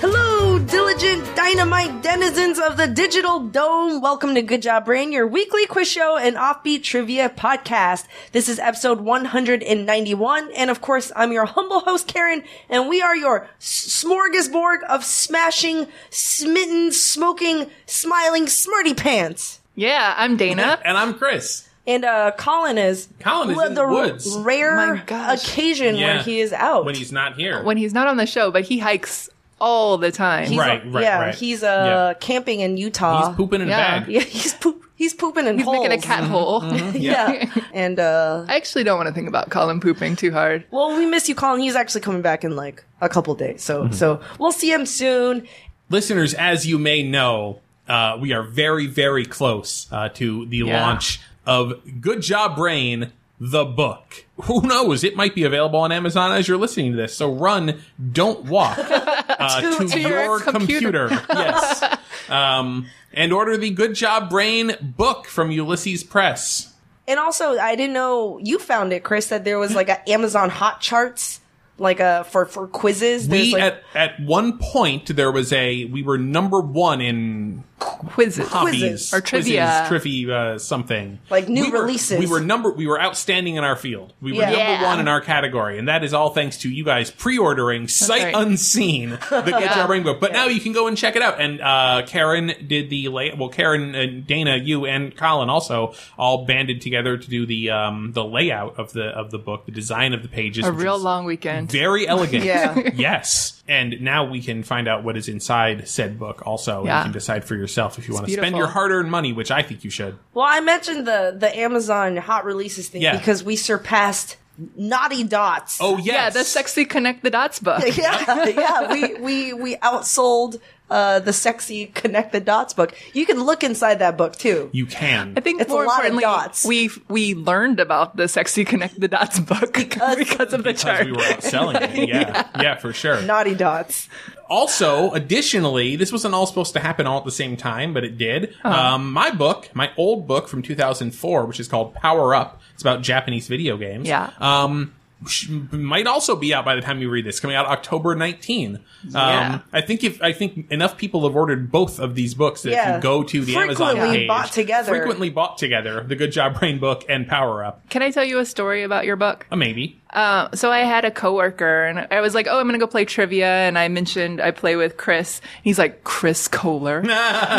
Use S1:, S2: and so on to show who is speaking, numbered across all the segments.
S1: Hello, diligent dynamite denizens of the digital dome. Welcome to Good Job Brain, your weekly quiz show and offbeat trivia podcast. This is episode 191. And of course, I'm your humble host, Karen, and we are your s- smorgasbord of smashing, smitten, smoking, smiling, smarty pants.
S2: Yeah, I'm Dana.
S3: And I'm Chris.
S1: And uh, Colin is
S3: Colin is
S1: well,
S3: in
S1: the
S3: the woods.
S1: rare
S2: My gosh.
S1: occasion where
S3: Yeah.
S1: he is out.
S3: When he's not here.
S2: when he's not on the show, but he hikes all the time.
S1: He's,
S3: Right, right,
S1: yeah,
S3: right.
S1: he's uh,
S3: Yeah.
S1: camping in Utah.
S3: he's pooping in
S2: Yeah.
S3: a bag.
S1: uh, Yeah, he's poop. He's pooping in
S2: He's
S1: holes.
S2: making a cat hole.
S1: Yeah. and uh
S2: I actually don't want to think about Colin pooping too hard.
S1: well, we miss you, Colin. He's actually coming back in like a couple days. So
S3: Mm-hmm.
S1: so we'll see him soon.
S3: Listeners, as you may know, uh, we are very, very close uh, to the
S2: Yeah.
S3: launch of Good Job Brain, the book. Who knows? It might be available on Amazon as you're listening to this. So run, don't walk uh,
S1: To-
S3: to,
S1: to
S2: your
S3: your
S2: computer.
S3: computer. yes. Um, and order the Good Job Brain book from Ulysses Press.
S1: And also, I didn't know you found it, Chris. That there was like a Amazon Hot Charts, like a for for quizzes. There's
S3: We
S1: like
S3: at at one point there was a we were number one in
S2: Quizzes.
S3: hobbies
S1: Or
S2: trivia.
S3: quizzes, trivia, uh, something
S1: Like new
S3: We were-
S1: releases.
S3: We were number, we were outstanding in our field. We were
S1: Yeah.
S3: number
S2: Yeah.
S3: one in our category, and that is all thanks to you guys pre-ordering sight
S2: right.
S3: unseen the Get
S2: Yeah.
S3: Your Brain book. But now you can go and check it out. And uh, Karen did the lay- well, Karen and Dana, you and Colin also all banded together to do the um, the layout of the of the book, the design of the pages.
S2: A
S3: which
S2: real
S3: is
S2: long weekend.
S3: Very elegant.
S1: Yeah.
S3: yes. And now we can find out what is inside said book also. And
S2: Yeah.
S3: you can decide for yourself if you want to
S2: beautiful.
S3: spend your hard earned money, which I think you should.
S1: well, I mentioned the the Amazon Hot releases thing
S3: Yeah.
S1: because we surpassed Naughty Dots.
S3: Oh, yes.
S2: Yeah, the sexy connect the dots book.
S1: yeah, yeah. We we we outsold uh the sexy Connect the Dots book. You can look inside that book too.
S3: You can.
S2: I think
S1: It's a
S2: more
S1: lot of
S2: importantly,
S1: dots.
S2: we we learned about the sexy connect the dots book because, of the
S3: because
S2: chart.
S3: we were outselling it. Yeah. yeah. for sure.
S1: Naughty Dots.
S3: Also, additionally, this wasn't all supposed to happen all at the same time, but it did. Um, my book, my old book from 2004, which is called Power Up, it's about Japanese video games.
S2: Yeah.
S3: Um, sh- might also be out by the time you read this, coming out October 19. Um,
S2: Yeah.
S3: I think if I think enough people have ordered both of these books that
S1: Yeah.
S3: if you go to the Amazon
S1: Frequently
S3: page,
S1: bought together.
S3: frequently bought together, the Good Job Brain book and Power Up,
S2: Can I tell you a story about your book?
S3: a maybe.
S2: Uh, so I had a coworker, and I was like, "Oh, I'm gonna go play trivia." And I mentioned I play with Chris. He's like, "Chris Kohler,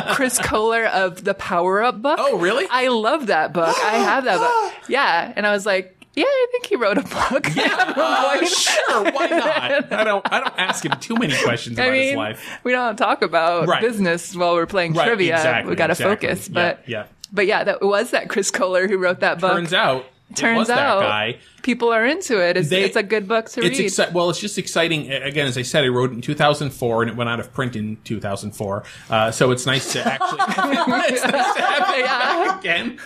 S2: Chris Kohler of the Power Up book."
S3: Oh, really?
S2: I love that book. I have that book. Yeah, and I was like, "Yeah, I think he wrote a book." At one
S3: Uh,
S2: point.
S3: sure, why not? I don't. I don't ask him too many questions about
S2: I
S3: his
S2: mean,
S3: life.
S2: we don't talk about
S3: Right.
S2: business while we're playing
S3: Right,
S2: trivia.
S3: exactly,
S2: we gotta
S3: exactly.
S2: focus,
S3: Yeah,
S2: but
S3: yeah.
S2: but yeah, that was that Chris Kohler who wrote that book.
S3: Turns out, it
S2: Turns
S3: was
S2: out
S3: that guy.
S2: people are into it. It's,
S3: They-
S2: it's a good book to
S3: It's
S2: read.
S3: exci- well, it's just exciting. A- Again, as I said, I wrote it in 2004, and it went out of print in 2004. Uh, so it's nice to actually it's nice to have it back again.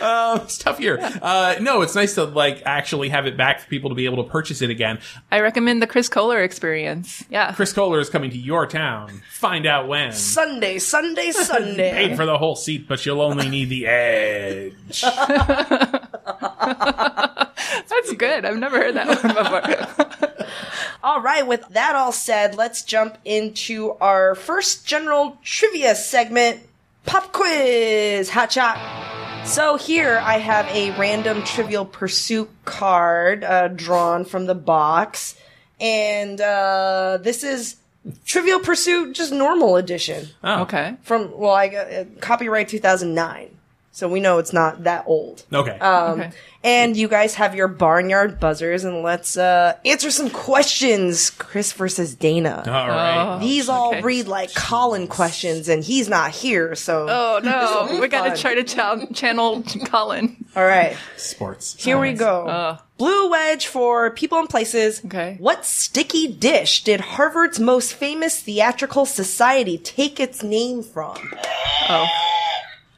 S3: Uh, it's tough year. Uh, no, it's nice to like actually have it back for people to be able to purchase it again.
S2: I recommend the Chris Kohler experience. Yeah.
S3: Chris Kohler is coming to your town. Find out when.
S1: Sunday, Sunday, Sunday.
S3: Paid for the whole seat, but you'll only need the edge.
S2: That's good. I've never heard that one before.
S1: All right, with that all said, let's jump into our first general trivia segment pop quiz hot shot. So here I have a random trivial pursuit card uh, drawn from the box, and uh, this is Trivial Pursuit, just normal edition
S2: okay.
S1: from well, I got- uh, copyright 2009, so we know it's not that old.
S3: Okay.
S1: Um,
S2: Okay.
S1: And you guys have your barnyard buzzers, and let's uh, answer some questions. Chris versus Dana.
S3: All
S2: Oh.
S3: right.
S1: These all
S2: okay.
S1: read like Colin questions, and he's not here, so.
S2: Oh no, we got
S1: fun.
S2: to try to ch- channel Colin.
S1: All right,
S3: Sports.
S1: here we go. Blue wedge for people and places.
S2: Uh. Okay.
S1: What sticky dish did Harvard's most famous theatrical society take its name from?
S2: Oh,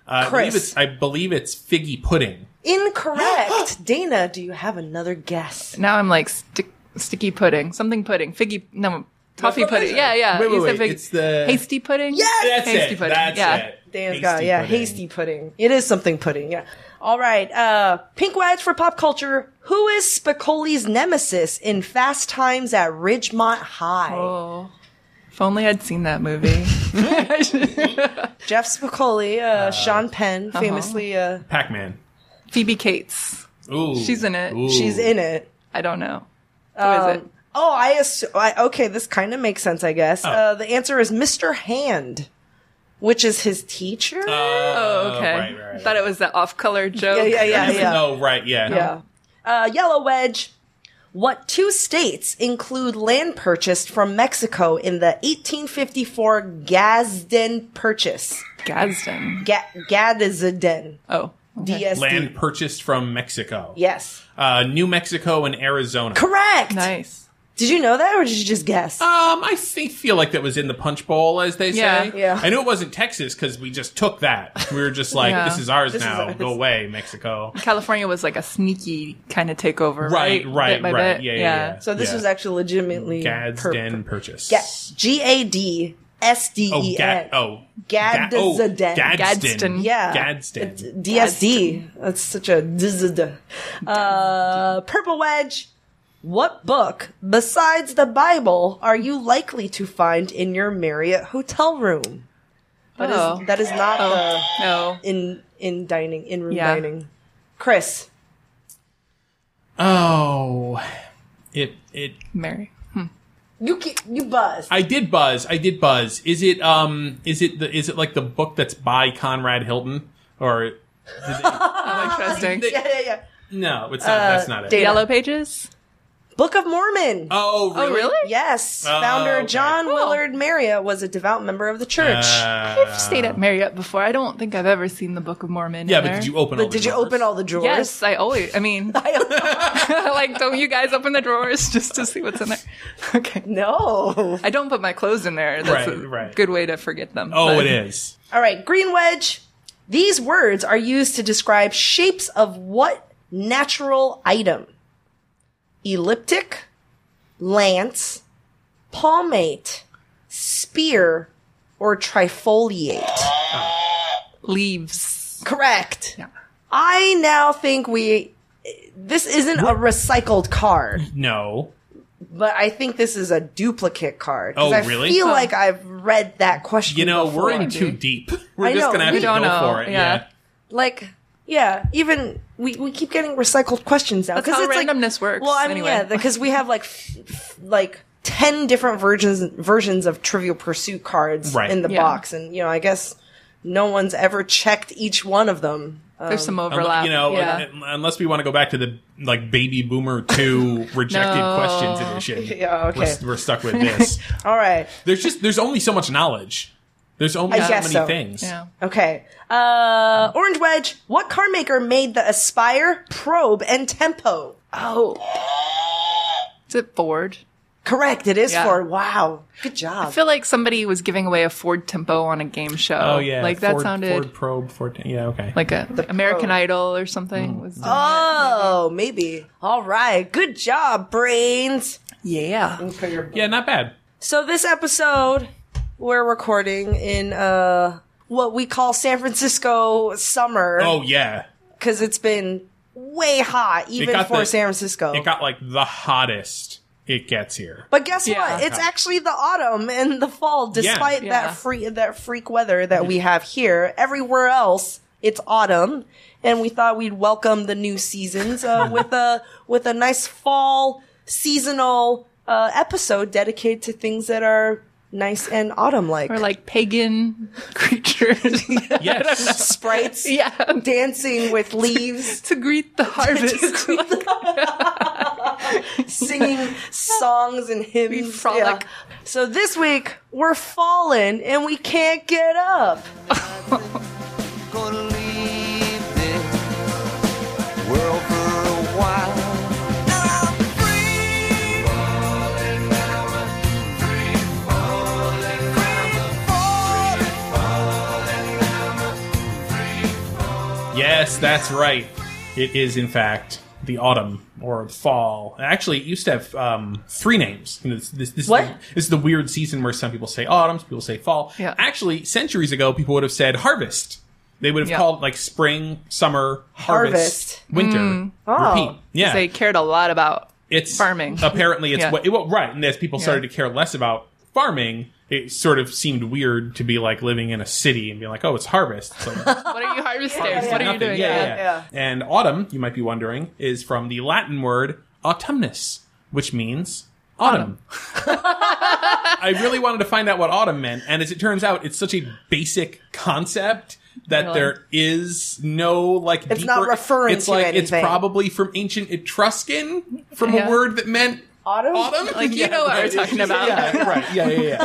S3: Uh,
S1: Chris.
S3: I believe it's, I believe it's figgy pudding.
S1: Incorrect. Dana, do you have another guess?
S2: now I'm like stick, sticky pudding, something pudding, figgy. No, toffee pudding. Yeah, yeah.
S3: Wait, wait,
S2: You said
S3: wait.
S2: big-
S3: It's the-
S2: hasty pudding.
S1: Yes!
S3: That's
S2: hasty
S3: it.
S2: pudding.
S3: That's
S2: yeah.
S3: it.
S1: Dan's
S3: Hasty
S1: got it. Yeah,
S3: pudding.
S1: hasty pudding. It is something pudding. Yeah. All right. Uh, pink wedge for pop culture. Who is Spicoli's nemesis in Fast Times at Ridgemont High?
S2: Oh, if only I'd seen that movie.
S1: Jeff Spicoli, uh, Sean Penn, famously. Uh,
S3: Pac-Man.
S2: Phoebe Cates.
S3: Ooh,
S2: She's in it.
S3: Ooh.
S1: she's in it.
S2: I don't know. Who is it?
S1: Oh, I assume. I, okay, this kind of makes sense, I guess.
S3: Oh.
S1: Uh, the answer is Mr. Hand, which is his teacher.
S2: Oh, okay.
S3: right, right, right.
S2: Thought it was the off-color joke.
S1: yeah, yeah, yeah, yeah.
S3: Oh, right. Yeah.
S1: Yeah. Uh, Yellow Wedge. What two states include land purchased from Mexico in the 1854 Gadsden Purchase?
S2: Gadsden.
S1: Ga- Gadsden.
S2: Oh. okay.
S1: DSD.
S3: Land purchased from Mexico.
S1: Yes.
S3: Uh, New Mexico and Arizona.
S1: Correct.
S2: Nice.
S1: Did you know that or did you just guess?
S3: Um, I think feel like that was in the punch bowl, as they
S2: Yeah,
S3: say.
S1: yeah.
S3: I knew it wasn't Texas because we just took that. We were just like,
S2: Yeah.
S3: "This is ours
S1: This is
S3: now.
S1: ours.
S3: Go away, Mexico."
S2: California was like a sneaky kind of takeover.
S3: Right,
S2: Right,
S3: right,
S2: Bit by
S3: right.
S2: bit.
S3: Yeah, yeah, yeah.
S1: so this
S3: yeah.
S1: was actually legitimately
S3: Gadsden purchase.
S1: Yes. G A D S D
S3: Oh,
S1: E
S3: Gad.
S1: N.
S3: Oh,
S1: Gadsden.
S3: Ga- oh, Gadsden.
S2: Gadsden.
S1: Yeah.
S3: Gadsden.
S1: DSD. That's such a dzd. Uh, Purple Wedge. What book besides the Bible are you likely to find in your Marriott hotel room? That is
S2: Oh.
S1: that is not
S2: No.
S1: the in in dining in room
S2: Yeah.
S1: dining. Chris,
S3: Oh, it it.
S2: Mary.
S1: you ki- you buzz.
S3: I did buzz. I did buzz. Is it um? Is it the? Is it like the book that's by Conrad Hilton or?
S2: Interesting.
S1: yeah, yeah, yeah.
S3: No, it's not. that's not it.
S1: Dana.
S2: Yellow Pages?
S1: Book of Mormon.
S3: Oh, really?
S2: Oh, really?
S1: yes,
S3: Oh,
S1: founder
S3: okay.
S1: John
S2: Cool.
S1: Willard Marriott was a devout member of the church.
S3: Uh,
S2: I've stayed at Marriott before. I don't think I've ever seen the Book of Mormon.
S3: yeah,
S2: in
S3: but
S2: there.
S3: did you open? all
S1: but
S3: the
S1: did you
S3: drawers?
S1: open all the drawers?
S2: Yes, I always. I mean,
S1: I don't
S2: like, don't you guys open the drawers just to see what's in there? Okay.
S1: know.
S2: I don't put my clothes in there. That's
S3: Right,
S2: a
S3: right.
S2: good way to forget them.
S3: Oh,
S2: but-
S3: it is.
S1: All right, green wedge. These words are used to describe shapes of what natural item? Elliptic, lance, palmate, spear, or trifoliate.
S2: Leaves.
S1: Correct. I now think we. This isn't a recycled card,
S3: No.
S1: but I think this is a duplicate card. 'Cause
S3: Oh,
S1: I
S3: really?
S1: feel like I've read that question.
S3: You know,
S1: before.
S3: we're in
S2: Maybe.
S3: too deep. We're
S1: I
S3: just
S1: know,
S3: gonna have
S1: we
S3: to go
S2: don't know,
S3: for it.
S2: yeah.
S3: Yeah.
S1: like yeah even we, we keep getting recycled questions now
S2: That's
S1: 'cause
S2: how
S1: it's like-
S2: randomness works,
S1: well i mean
S2: anyway.
S1: yeah because we have like f- f- like 10 different versions versions of trivial pursuit cards
S3: Right.
S1: in the
S2: Yeah.
S1: box and you know i guess no one's ever checked each one of them Uh,
S2: There's some
S3: Unle-
S2: overlap.
S3: You know,
S2: yeah.
S3: un- unless we want to go back to the like baby boomer two rejected
S2: No.
S3: questions edition.
S1: Yeah, okay.
S3: We're, s- we're stuck with this.
S1: all right
S3: there's just there's only so much knowledge. There's only
S1: I
S3: so
S1: guess
S3: many
S1: so.
S3: things.
S2: yeah.
S1: okay uh orange wedge what car maker made the aspire probe and tempo
S2: Oh. Is it Ford?
S1: correct it is
S2: Yeah.
S1: for wow good job
S2: I feel like somebody was giving away a Ford Tempo on a game show.
S3: Oh yeah.
S2: Like that
S3: Ford-
S2: sounded
S3: Ford Probe. Ford. Yeah. Okay.
S2: like a American Idol or
S3: Mm.
S2: something. Was doing
S1: Oh, maybe. All right. Good job, brains.
S2: it. yeah.
S3: yeah, not bad.
S1: So this episode we're recording in uh what we call San Francisco summer
S3: Oh yeah.
S1: cuz it's been way hot even
S3: got
S1: for
S3: the-
S1: San Francisco.
S3: It got like the hottest it gets here.
S1: but guess
S2: Yeah.
S1: what? It's actually the autumn and the fall despite
S2: Yeah.
S1: that free that freak weather that we have here. Everywhere else it's autumn and we thought we'd welcome the new seasons uh, with a with a nice fall seasonal uh, episode dedicated to things that are nice and autumn like.
S2: Or like pagan creatures.
S3: Yes.
S1: sprites
S2: yeah.
S1: dancing with leaves
S2: To greet the harvest.
S1: singing songs and hymns
S2: We frolic.
S1: so this week we're falling and we can't get up
S4: gonna leave this world for a while. Now I'm free. Falling now I'm free. Falling now I'm free. Falling now I'm free.
S3: yes, that's right. It is in fact the autumn or the fall. Actually, it used to have um, three names. You know, this, this, this
S1: What?
S3: Is the, this is the weird season where some people say autumn, some people say fall.
S5: Yeah.
S3: Actually, centuries ago, people would have said harvest. They would have
S5: Yeah.
S3: called it, like spring, summer, harvest,
S1: Harvest.
S3: winter,
S5: Mm.
S1: Oh.
S3: repeat. Yeah,
S5: They cared a lot about
S3: it's
S5: farming.
S3: Apparently, it's
S5: Yeah.
S3: what, it, well, right. And as people started to care less about farming, it sort of seemed weird to be like living in a city and be like, oh, it's harvest. It's like,
S5: what are you harvesting?
S3: it's
S5: what are you
S3: nothing.
S5: doing?
S3: Yeah,
S5: Yeah.
S3: yeah, yeah. And autumn, you might be wondering, is from the Latin word autumnus, which means autumn. I really wanted to find out what autumn meant, and as it turns out, it's such a basic concept that
S5: Really?
S3: there is no like
S1: It's not
S3: deeper-
S1: referring
S3: it's
S1: to
S3: like it's
S1: anything.
S3: probably from ancient etruscan from
S5: Yeah.
S3: a word that meant
S1: Autumn?
S3: autumn
S5: Like, you know what we're
S3: right.
S5: talking about.
S3: yeah, right yeah yeah yeah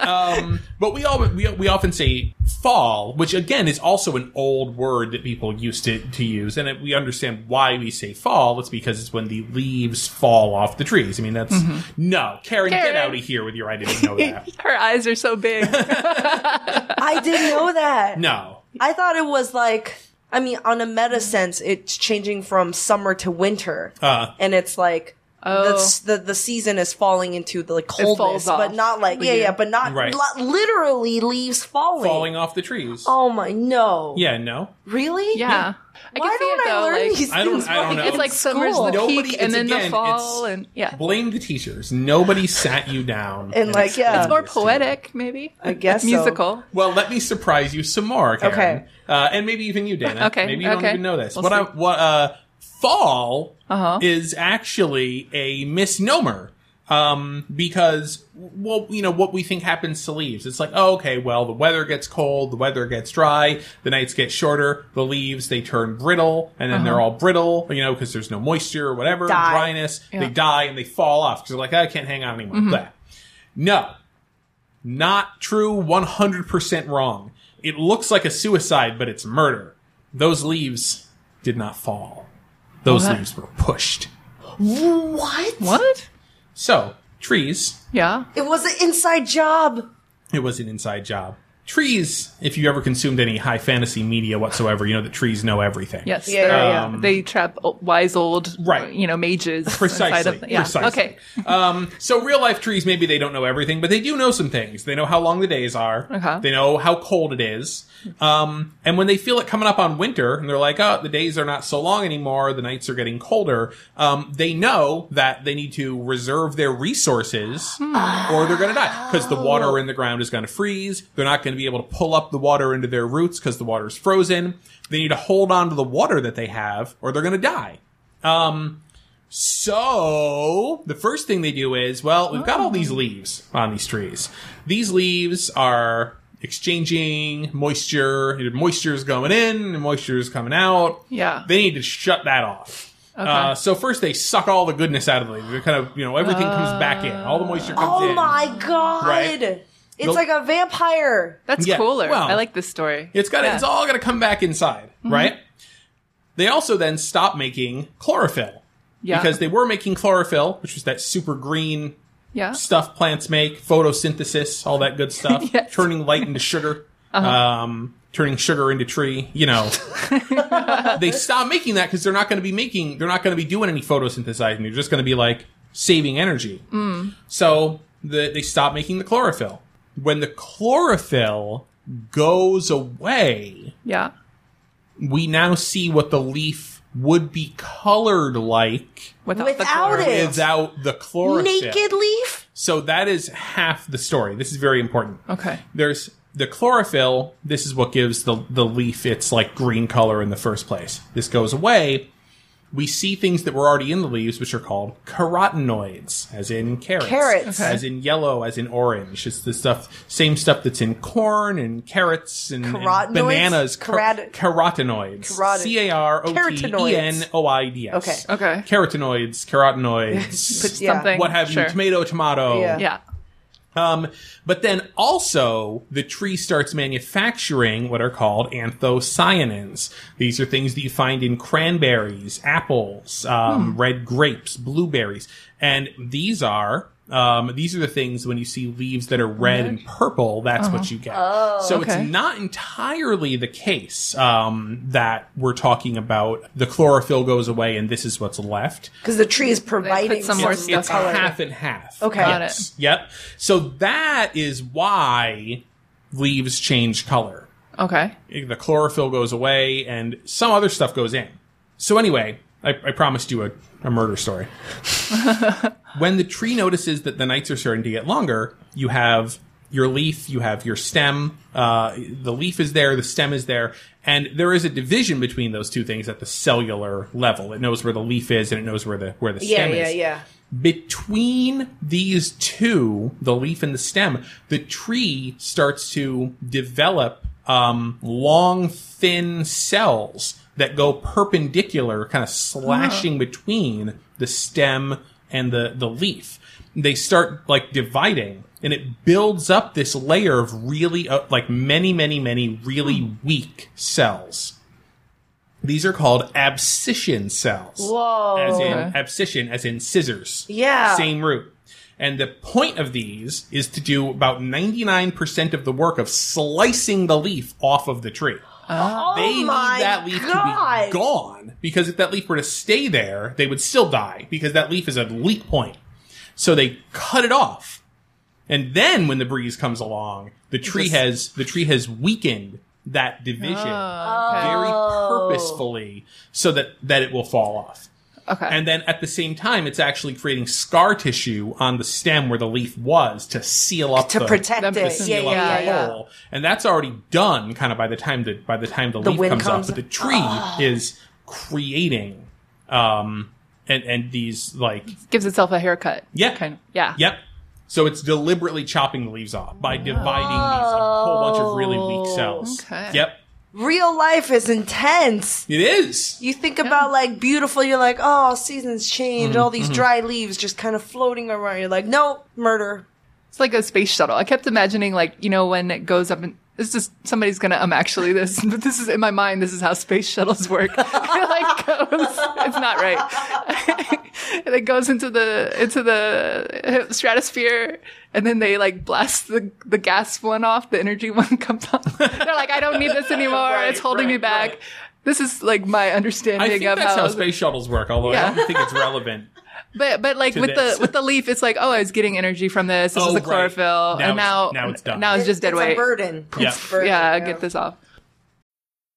S3: um, but we all we, we often say fall, which again is also an old word that people used to, to use, and it, we understand why we say fall. It's because it's when the leaves fall off the trees. I mean, that's no, Karen, get
S5: Mm-hmm. Karen.
S3: out of here with your. I didn't know that.
S5: Her eyes are so big.
S1: I didn't know that.
S3: no,
S1: I thought it was like, I mean, on a meta sense, it's changing from summer to winter,
S3: Uh.
S1: and it's like
S5: Oh.
S1: the, s- the the season is falling into the like,
S5: falls
S1: coldness,
S5: off.
S1: but not like yeah,
S5: Weird.
S1: yeah, but not
S3: Right.
S1: li- literally leaves falling.
S3: falling off the trees.
S1: Oh my no!
S3: Yeah, no.
S1: Really?
S5: Yeah. I
S1: Why
S5: can see
S1: don't
S5: it though.
S1: I learn
S5: like,
S1: these
S3: I don't-
S1: things?
S3: I don't
S1: while
S3: know.
S1: I'm
S5: it's like
S1: in
S5: summer's
S1: school?
S5: the
S3: Nobody-
S5: peak,
S3: it's
S5: and then
S3: again,
S5: the fall,
S3: it's-
S5: and yeah,
S3: Blame the teachers. Nobody sat you down
S1: And, like,
S3: explained
S1: yeah.
S3: this
S1: It's
S5: more
S3: to you.
S5: poetic, maybe.
S1: I guess so.
S5: musical.
S3: Well, let me surprise you some more, Karen.
S1: Okay.
S3: Uh, and maybe even you, Dana.
S5: Okay,
S3: Maybe you don't
S5: okay.
S3: even know this.
S5: We'll
S3: what I,
S5: see.
S3: what uh, fall
S5: Uh-huh.
S3: is actually a misnomer. Um, because well, you know what we think happens to leaves. It's like, oh, okay, well, the weather gets cold, the weather gets dry, the nights get shorter, the leaves they turn brittle, and then
S5: Uh-huh.
S3: they're all brittle, you know, because there's no moisture or whatever,
S1: Die.
S3: dryness. They
S5: Yeah. Mm-hmm.
S3: die and they fall off because they're like, I can't hang on anymore. Blah. No, not true, 100% wrong. It looks like a suicide, but it's murder. Those leaves did not fall. Those
S5: What?
S3: leaves were pushed.
S1: What?
S5: What?
S3: So, trees,
S5: Yeah.
S1: It was an inside job.
S3: it was an inside job. Trees, if you ever consumed any high fantasy media whatsoever, you know that trees know everything.
S5: Yes.
S1: Yeah,
S5: they're-
S1: yeah, yeah.
S5: They trap o- wise old,
S3: Um, Right.
S5: you know, mages. inside
S3: Precisely.
S5: Of, yeah.
S3: Precisely.
S5: Okay.
S3: Um, so real life trees, maybe they don't know everything, but they do know some things. They know how long the days are.
S5: Okay.
S3: They know how cold it is. Um, and when they feel it coming up on winter and they're like, oh, the days are not so long anymore. The nights are getting colder. Um, they know that they need to reserve their resources
S5: Hmm.
S3: or they're going to die because the water in the ground is going to freeze. They're not going to be able to pull up the water into their roots because the water's frozen. They need to hold on to the water that they have or they're going to die. Um, so the first thing they do is, well, we've got all these leaves on these trees. These leaves are exchanging moisture. Moisture is going in and moisture is coming out.
S5: Yeah.
S3: They need to shut that off. Uh, so first they suck all the goodness out of the leaves. They kind of, you know, everything comes back in. All the moisture comes
S1: Oh
S3: in.
S1: my god!
S3: Right.
S1: It's
S3: The-
S1: like a vampire.
S5: That's
S3: Yeah,
S5: cooler.
S3: well,
S5: I like this story.
S3: It's got to
S5: Yeah. Mm-hmm.
S3: it's all got to come back inside, right? They also then stop making chlorophyll
S5: yeah.
S3: because they were making chlorophyll, which was that super green
S5: yeah.
S3: stuff plants make, photosynthesis, all that good stuff,
S5: Yes.
S3: turning light into sugar, um, turning sugar into tree. You know, they stop making that because they're not going to be making, they're not going to be doing any photosynthesizing. They're just going to be like saving energy. So the, they stop making the chlorophyll. When the chlorophyll goes away,
S5: Yeah.
S3: we now see what the leaf would be colored like
S5: Without, the
S1: Without
S5: chlorine.
S1: it.
S3: without the chlorophyll.
S1: Naked leaf.
S3: So that is half the story. This is very important.
S5: Okay.
S3: There's the chlorophyll. This is what gives the the leaf its like green color in the first place. This goes away. We see things that were already in the leaves, which are called carotenoids, as in carrots,
S1: Carrots.
S5: Okay.
S3: as in yellow, as in orange. It's the stuff, same stuff that's in corn and carrots and, and
S1: Carotenoids?
S3: bananas. Car-
S1: Carot-
S3: carotenoids.
S1: Carotid-
S3: C a r o t e n o i d s.
S1: Okay.
S5: Okay.
S3: Carotenoids, carotenoids,
S1: Yeah.
S5: Something.
S3: what have
S5: sure.
S3: you? Tomato, tomato.
S1: Yeah.
S5: Yeah.
S3: Um, but then also the tree starts manufacturing what are called anthocyanins. These are things that you find in
S5: Hmm.
S3: cranberries, apples, um, red grapes, blueberries, and these are Um, these are the things when you see leaves that are red and purple, that's what you get. so
S5: Uh-huh. Oh, okay.
S3: it's not entirely the case um, that we're talking about the chlorophyll goes away and this is what's left.
S1: Because the tree is providing
S5: some
S1: some
S5: more
S1: more
S5: stuff
S3: It's
S5: on
S1: color.
S3: half and half.
S1: Okay.
S5: Got
S3: Yes. Yep. So that is why leaves change color.
S5: Okay.
S3: The chlorophyll goes away and some other stuff goes in. So, anyway, I, I promised you a, a murder story. when the tree notices that the nights are starting to get longer, you have your leaf, you have your stem. Uh, the leaf is there, the stem is there, and there is a division between those two things at the cellular level. It knows where the leaf is and it knows where the where the
S1: Yeah,
S3: stem
S1: yeah,
S3: is
S1: yeah.
S3: between these two, the leaf and the stem, the tree starts to develop um, long, thin cells that go perpendicular, kind of slashing between the stem and the, the leaf. They start like dividing and it builds up this layer of really, uh, like many, many, many really weak cells. These are called abscission cells.
S1: Whoa.
S3: As in
S5: Okay.
S3: abscission, as in scissors.
S1: Oh, Yeah.
S3: Same root. And the point of these is to do about 99% of the work of slicing the leaf off of the tree.
S1: oh
S3: they need
S1: my
S3: that leaf
S1: God.
S3: to be gone because if that leaf were to stay there, they would still die because that leaf is a leak point. So they cut it off. And then when the breeze comes along, the tree
S5: Just-
S3: has the tree has weakened that division
S1: Oh.
S3: very purposefully so that that it will fall off.
S5: Okay.
S3: And then at the same time, it's actually creating scar tissue on the stem where the leaf was to seal up
S1: To
S3: the,
S1: protect
S5: Them
S1: it.
S5: seal
S1: Yeah,
S3: seal up
S1: yeah,
S3: the
S1: yeah.
S3: hole. And that's already done kind of by the time the by the time the, leaf
S1: wind
S3: comes,
S1: comes- Ah.
S3: off. But the tree is creating um and and these like
S5: Gives itself a haircut.
S3: Yeah.
S5: Kind of. Yeah.
S3: Yep. So it's deliberately chopping the leaves off by dividing these a whole bunch of really
S1: Oh,
S3: weak cells.
S5: Okay.
S3: Yep.
S1: Real life is intense.
S3: It is.
S1: You think about like beautiful, you're like, oh, seasons change,
S3: Mm-hmm,
S1: all these dry leaves just kind of floating around. You're like, nope, murder.
S5: It's like a space shuttle. I kept imagining, like, you know, when it goes up and it's just somebody's gonna. I'm actually this, but this is in my mind. This is how space shuttles work. it like goes. It's not right. and it goes into the into the stratosphere, and then they like blast the the gas one off. The energy one comes off. They're like, I don't need this anymore.
S3: Right,
S5: it's holding me
S3: right,
S5: back.
S3: right.
S5: This is like my understanding
S3: I think
S5: of
S3: that's
S5: how
S3: how space shuttles work, although
S5: Yeah.
S3: I don't think it's relevant.
S5: But but like
S3: to
S5: with
S3: this.
S5: the with the leaf, it's like oh, I was getting energy from this. This
S3: Oh,
S5: is the
S3: right.
S5: chlorophyll,
S3: Now
S5: and now
S3: it's- now it's done.
S5: Now it's just dead
S1: it's
S5: weight.
S1: A burden.
S3: Yeah.
S1: It's a burden,
S5: yeah, get this off.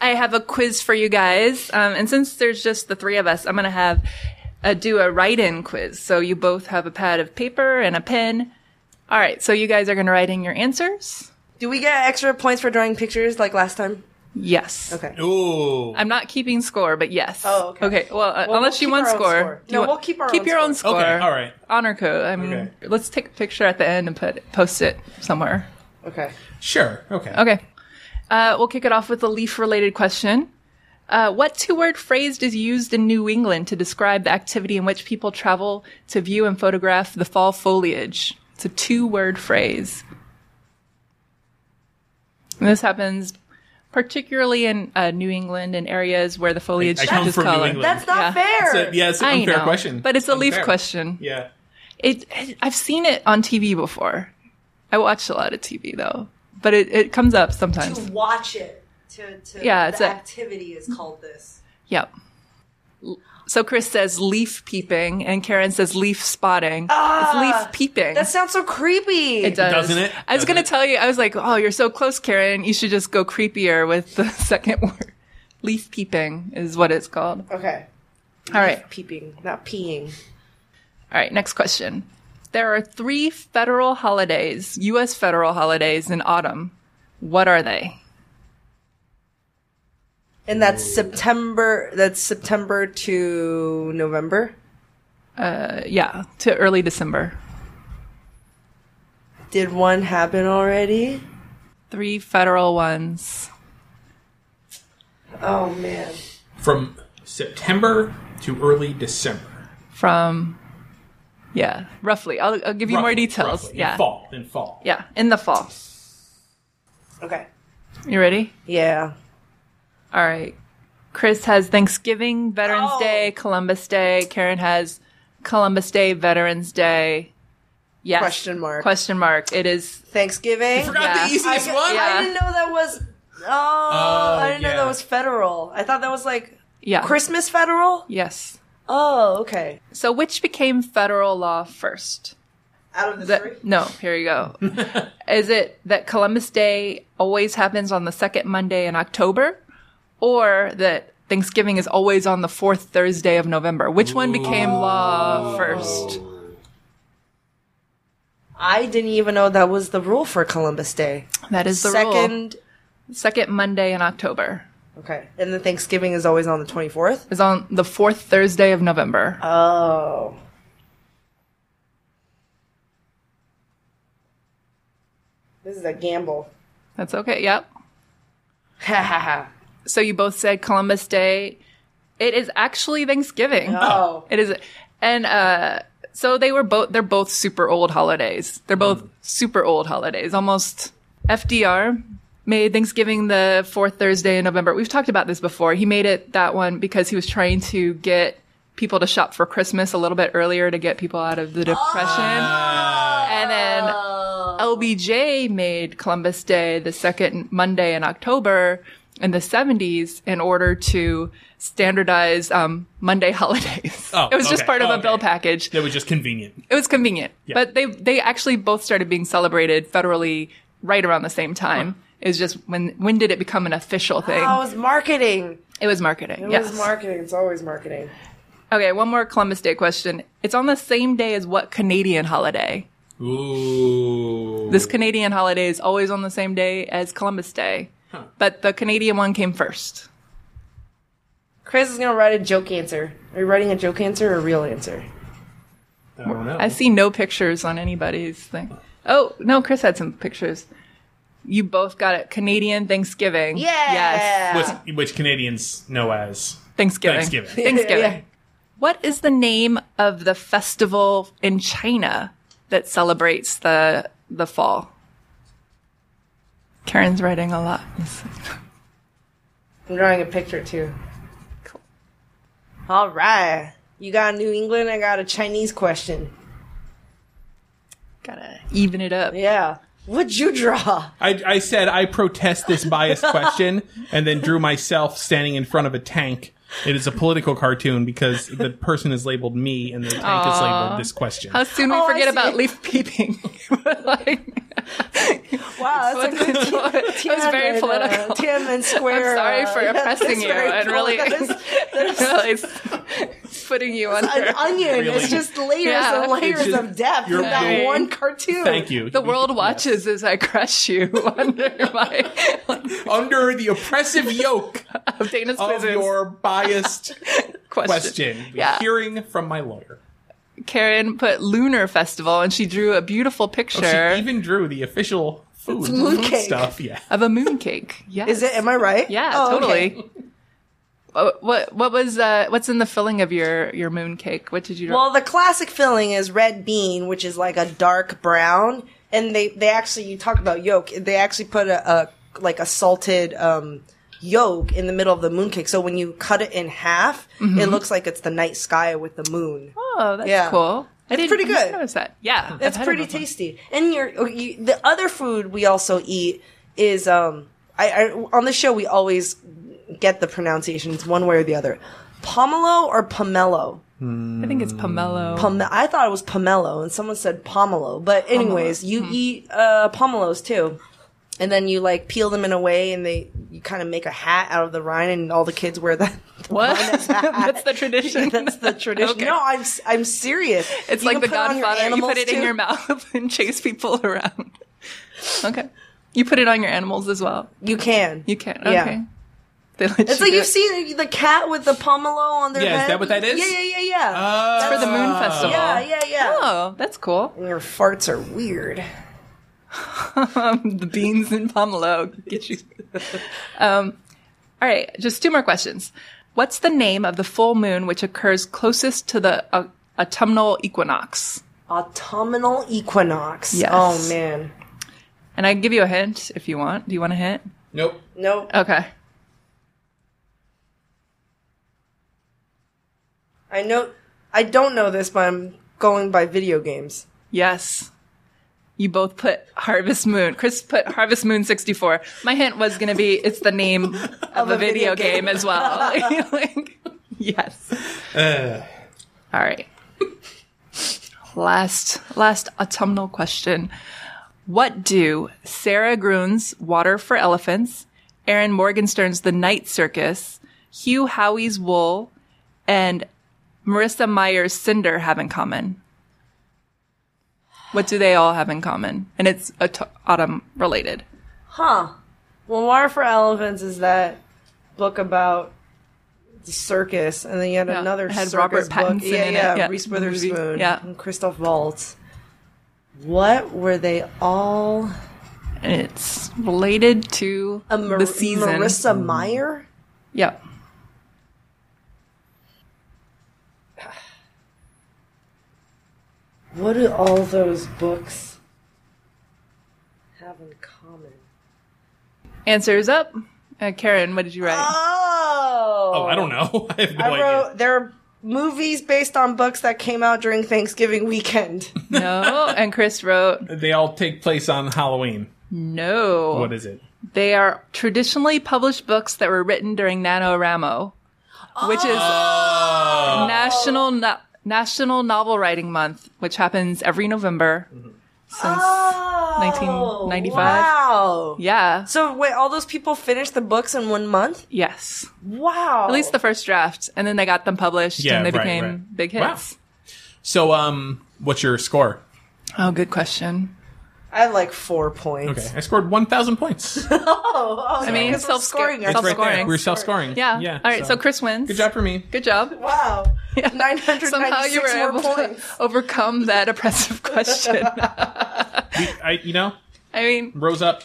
S2: I have a quiz for you guys. Um, and since there's just the three of us, I'm going to have uh do a write in quiz. So you both have a pad of paper and a pen. All right. So you guys are going to write in your answers?
S1: Do we get extra points for drawing pictures like last time?
S2: Yes.
S1: Okay.
S3: Ooh.
S2: I'm not keeping score, but yes.
S1: Oh, okay.
S2: well, uh,
S1: Well, we'll
S2: unless you
S1: keep
S2: want
S1: our own
S2: score.
S1: score.
S2: Do
S1: No,
S2: you want-
S1: we'll keep our
S2: keep
S1: own
S2: your own
S3: score.
S2: score.
S3: Okay, all right.
S2: Honor code. I mean,
S3: Okay.
S2: let's take a picture at the end and put post it somewhere.
S1: Okay.
S3: Sure. Okay.
S2: Okay. Uh, we'll kick it off with a leaf related question. Uh, what two word phrase is used in New England to describe the activity in which people travel to view and photograph the fall foliage? It's a two word phrase. And this happens particularly in uh, New England and areas where the foliage
S3: I come
S2: changes
S3: from New
S2: color.
S3: England.
S1: That's not fair.
S3: So, yeah, it's an
S2: I
S3: unfair
S2: know,
S3: question.
S2: but it's a leaf
S3: Unfair.
S2: question.
S3: Yeah.
S2: It, it- I've seen it on TV before. I watched a lot of TV though, but it, it comes up sometimes.
S1: To watch it. To, to
S2: Yeah, it's
S1: the
S2: a-
S1: activity is called this.
S2: Yep. L- So Chris says leaf peeping, and Karen says leaf spotting. it's leaf peeping.
S1: That sounds so creepy.
S2: it does.
S3: Doesn't it?
S2: I was
S3: Doesn't
S2: going
S3: it?
S2: to tell you, I was like, oh, you're so close, Karen. You should just go creepier with the second word. Leaf peeping is what it's called.
S1: Okay.
S2: All right.
S1: Peeping, not peeing.
S2: All right. Next question. There are three federal holidays, U.S. federal holidays in autumn. What are they?
S1: And that's September. That's September to November.
S2: Uh, yeah, to early December.
S1: Did one happen already?
S2: Three federal ones.
S1: Oh man.
S3: From September to early December.
S2: from yeah roughly i'll, I'll give you more
S3: Roughly,
S2: details
S3: roughly.
S2: yeah
S3: In fall. In fall.
S2: yeah in the fall
S1: Okay.
S2: you ready
S1: Yeah.
S2: all right chris has thanksgiving veterans
S1: Oh.
S2: day columbus day karen has columbus day veterans day yes
S1: Question mark.
S2: question mark it is
S1: Thanksgiving.
S3: Forgot
S2: Yeah.
S3: the easiest one.
S2: Yeah.
S1: I didn't know that was. Oh, I didn't know
S3: yeah.
S1: that was federal. I thought that was like
S2: yeah
S1: Christmas federal.
S2: yes
S1: Oh, okay.
S2: so which became federal law first
S1: Out of the,
S2: that-
S1: three.
S2: no here you go is it that columbus day always happens on the second monday in october or that thanksgiving is always on the fourth thursday of november which one became law first
S1: I didn't even know that was the rule for Columbus Day.
S2: that is the rule
S1: Second.
S2: second monday in october
S1: Okay, and the Thanksgiving is always on the twenty fourth.
S2: is on the fourth thursday of november
S1: Oh. This is a gamble.
S2: that's okay yep
S1: Ha ha ha.
S2: so you both said columbus day it is actually thanksgiving
S1: Oh.
S2: It is, and uh, so they were both. They're both super old holidays. They're both
S3: Mm.
S2: super old holidays. Almost FDR made Thanksgiving the fourth Thursday in November. We've talked about this before. He made it that one because he was trying to get people to shop for Christmas a little bit earlier to get people out of the depression.
S3: Ah.
S2: And then LBJ made Columbus Day the second Monday in October in the 70s in order to standardize um, Monday holidays.
S3: Oh,
S2: it was just
S3: okay.
S2: part of
S3: Oh,
S2: a
S3: okay.
S2: bill package.
S3: That was just convenient.
S2: It was convenient. But they they actually both started being celebrated federally right around the same time. It was just when when did it become an official thing?
S1: Oh, it's marketing.
S2: it was marketing.
S1: It
S2: yes.
S1: was marketing. It's always marketing.
S2: okay, one more Columbus Day question. It's on the same day as what Canadian holiday?
S3: Ooh.
S2: This Canadian holiday is always on the same day as Columbus Day, but the Canadian one came first.
S1: Chris is gonna write a joke answer. Are you writing a joke answer or a real answer?
S3: I don't know.
S2: I see no pictures on anybody's thing. Oh no, Chris had some pictures. You both got it. Canadian Thanksgiving.
S1: Yeah.
S2: Yes.
S3: which, which Canadians know as
S2: Thanksgiving.
S3: Thanksgiving.
S2: Thanksgiving.
S1: Yeah.
S2: What is the name of the festival in China that celebrates the the fall? Karen's writing a lot.
S1: I'm drawing a picture too. Cool. All right. You got New England. I got a Chinese question.
S2: Gotta even it up.
S1: Yeah. What'd you draw?
S3: I, I said I protest this biased question, and then drew myself standing in front of a tank. It is a political cartoon because the person is labeled me, and the tank is labeled this question.
S2: How soon we
S1: Oh, I
S2: forget
S1: see.
S2: about leaf peeping. like,
S1: Wow, that's a good uh,
S2: it was very political.
S1: Tiananmen Square. uh,
S2: I'm sorry for
S1: yeah,
S2: oppressing
S1: that's
S2: you
S1: very
S2: and really,
S1: political. There's- there's
S2: really s- putting you under.
S1: an onion.
S3: Really?
S1: It's just layers
S2: Yeah.
S1: and layers
S3: It's just-
S1: of depth in
S3: you're
S1: that
S2: right.
S1: one cartoon.
S3: Thank you.
S1: uh,
S2: the world watches as I crush you under my
S3: under the oppressive yoke
S2: of Dana's
S3: of
S2: quizzes
S3: your biased
S2: question.
S3: question.
S2: Yeah.
S3: Hearing from my lawyer.
S2: Karen put Lunar Festival and she drew a beautiful
S3: Oh,
S2: picture
S3: She even drew the official food
S1: mooncake.
S3: stuff. Yeah.
S2: of a mooncake. Yes.
S1: Is it? Am I right?
S2: Yeah,
S1: Oh, okay.
S2: totally. What, what what was uh, what's in the filling of your your mooncake? What did you?
S1: Well, the classic filling is red bean, which is like a dark brown, and they they actually you talk about yolk. They actually put a, a like a salted um, yolk in the middle of the mooncake. So when you cut it in half, it looks like it's the night sky with the moon.
S2: Mm-hmm. oh, that's
S1: yeah.
S2: cool. I
S1: It's
S2: didn't
S1: pretty
S2: I didn't
S1: good.
S2: Notice that? Yeah, I've
S1: That's
S2: had it
S1: pretty
S2: before.
S1: tasty. And your oh, you, the other food we also eat is um I, I on the show we always get the pronunciations one way or the other. Pomelo or pomelo?
S2: I think it's pomelo.
S1: Pom- I thought it was pomelo, and someone said pomelo. But anyways, you
S2: Hmm.
S1: eat uh, pomelos too, and then you like peel them in a way, and they you kind of make a hat out of the rind, and all the kids wear that.
S2: what? that's the tradition.
S1: That's the tradition.
S2: Okay.
S1: No, I'm s- I'm serious.
S2: It's
S1: You
S2: like
S1: can
S2: the
S1: put it on your
S2: Godfather. you
S1: animals,
S2: put it in
S1: too.
S2: your mouth and chase people around. Okay. You put it on your animals as well.
S1: You can.
S2: You can. Okay.
S1: Yeah.
S2: They let
S1: It's
S2: you
S1: like
S2: do
S1: you've
S2: it.
S1: seen the cat with the pomelo on their
S3: Yeah, is
S1: head.
S3: that what that is?
S1: Yeah, yeah, yeah, yeah.
S2: Oh.
S3: Uh,
S1: Ah.
S2: for the moon festival.
S1: yeah, yeah, yeah.
S2: Oh, that's cool.
S1: Your farts are weird.
S2: um, the beans and pomelo get you. um, all right, just two more questions. What's the name of the full moon which occurs closest to the uh, autumnal equinox?
S1: Autumnal equinox.
S2: Yes.
S1: Oh man.
S2: And I can give you a hint if you want. Do you want a hint?
S3: Nope.
S1: Nope.
S2: Okay.
S1: I know. I don't know this, but I'm going by video games.
S2: Yes. You both put Harvest Moon. Chris put Harvest Moon 64. My hint was going to be it's the name of, a,
S1: video
S2: video,
S1: game.
S2: game. as well. Like, yes. All right. Last last autumnal question. What do Sarah Groon's Water for Elephants, Aaron Morgenstern's The Night Circus, Hugh Howey's Wool, and Marissa Meyer's Cinder have in common? What do they all have in common? And it's aut- autumn related.
S1: Huh. Well, Water for Elephants is that book about the circus, and then you had
S2: Yeah,
S1: another
S2: it had
S1: circus
S2: Robert
S1: book.
S2: Pattinson
S1: Yeah,
S2: in it,
S1: yeah,
S2: yeah,
S1: Reese
S2: the movie,
S1: Witherspoon,
S2: yeah.
S1: and Christoph Waltz. What were they all?
S2: And it's related to
S1: A Mar-
S2: the season.
S1: Marissa Meyer.
S2: Yeah.
S1: What do all those books have in common?
S2: Answers up. Uh, Karen, what did you write?
S1: Ah. Oh,
S3: Oh, I don't know. I have no
S1: I
S3: idea.
S1: wrote there are movies based on books that came out during Thanksgiving weekend.
S2: no. And Chris wrote
S3: They all take place on Halloween.
S2: no.
S3: What is it?
S2: They are traditionally published books that were written during NaNoWriMo, which
S3: Oh.
S2: is National no- National Novel Writing Month, which happens every November
S3: Mm-hmm.
S2: since 1995.
S1: Wow.
S2: Yeah.
S1: So wait, all those people finished the books in one month?
S2: Yes.
S1: Wow.
S2: At least the first draft, and then they got them published,
S3: Yeah,
S2: and they
S3: right,
S2: became
S3: right.
S2: big
S3: Wow.
S2: hits.
S3: So, um, what's your score?
S2: Oh, good question.
S1: I had like four points. Oh,
S3: Okay, I scored one thousand points.
S2: I mean,
S1: Because we're
S2: self
S1: scoring
S2: scoring,
S1: It's
S3: It's right there.
S2: self-scoring.
S3: We were self-scoring.
S2: yeah.
S3: Yeah.
S2: All right. So, Chris wins.
S3: good job for me.
S2: Good job.
S1: Wow. Nine hundred
S2: Somehow you were
S1: ninety-six more
S2: able
S1: points.
S2: to overcome that oppressive question.
S3: I, you know,
S2: I mean,
S3: rose up.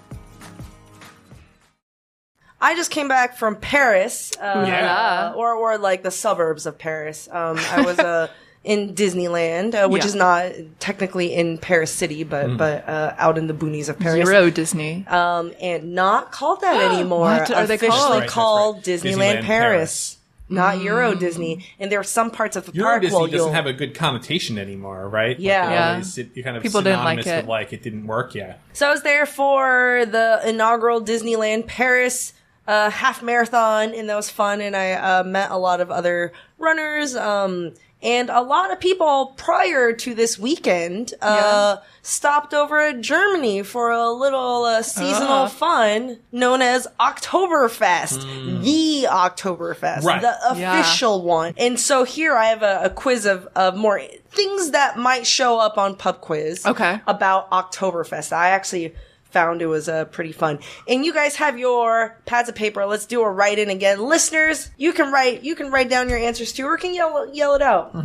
S1: I just came back from Paris, uh,
S2: Yeah.
S1: or or like the suburbs of Paris. Um, I was uh, in Disneyland, uh, which
S2: Yeah.
S1: is not technically in Paris city, but
S3: Mm-hmm.
S1: but uh, out in the boonies of Paris,
S2: Euro Disney.
S1: um, and not called that anymore.
S2: What are they
S1: Officially
S2: called?
S3: That's right, that's
S1: called
S3: right.
S1: Disneyland,
S3: Disneyland
S1: Paris. Not
S2: Mm.
S1: Euro Disney, and there are some parts of the
S3: Euro
S1: park.
S3: Disney
S1: well,
S3: doesn't
S1: you'll-
S3: have a good connotation anymore, right?
S1: Yeah.
S3: Like,
S2: Yeah.
S3: always, it- you're kind of
S2: People didn't like
S3: synonymous
S2: it.
S3: with like it didn't work. Yeah,
S1: So I was there for the inaugural Disneyland Paris uh, half marathon, and that was fun. And I uh, met a lot of other runners um, and a lot of people prior to this weekend uh, stopped over at Germany for a little uh, seasonal fun known as Oktoberfest, the Oktoberfest,
S3: Right.
S1: the
S2: Yeah.
S1: official one. And so here I have a, a quiz of, of more things that might show up on Pub Quiz
S2: Okay.
S1: about Oktoberfest. I actually found it was uh, pretty fun. And you guys have your pads of paper. Let's do a write in again. Listeners, you can write you can write down your answers too or can yell yell it out.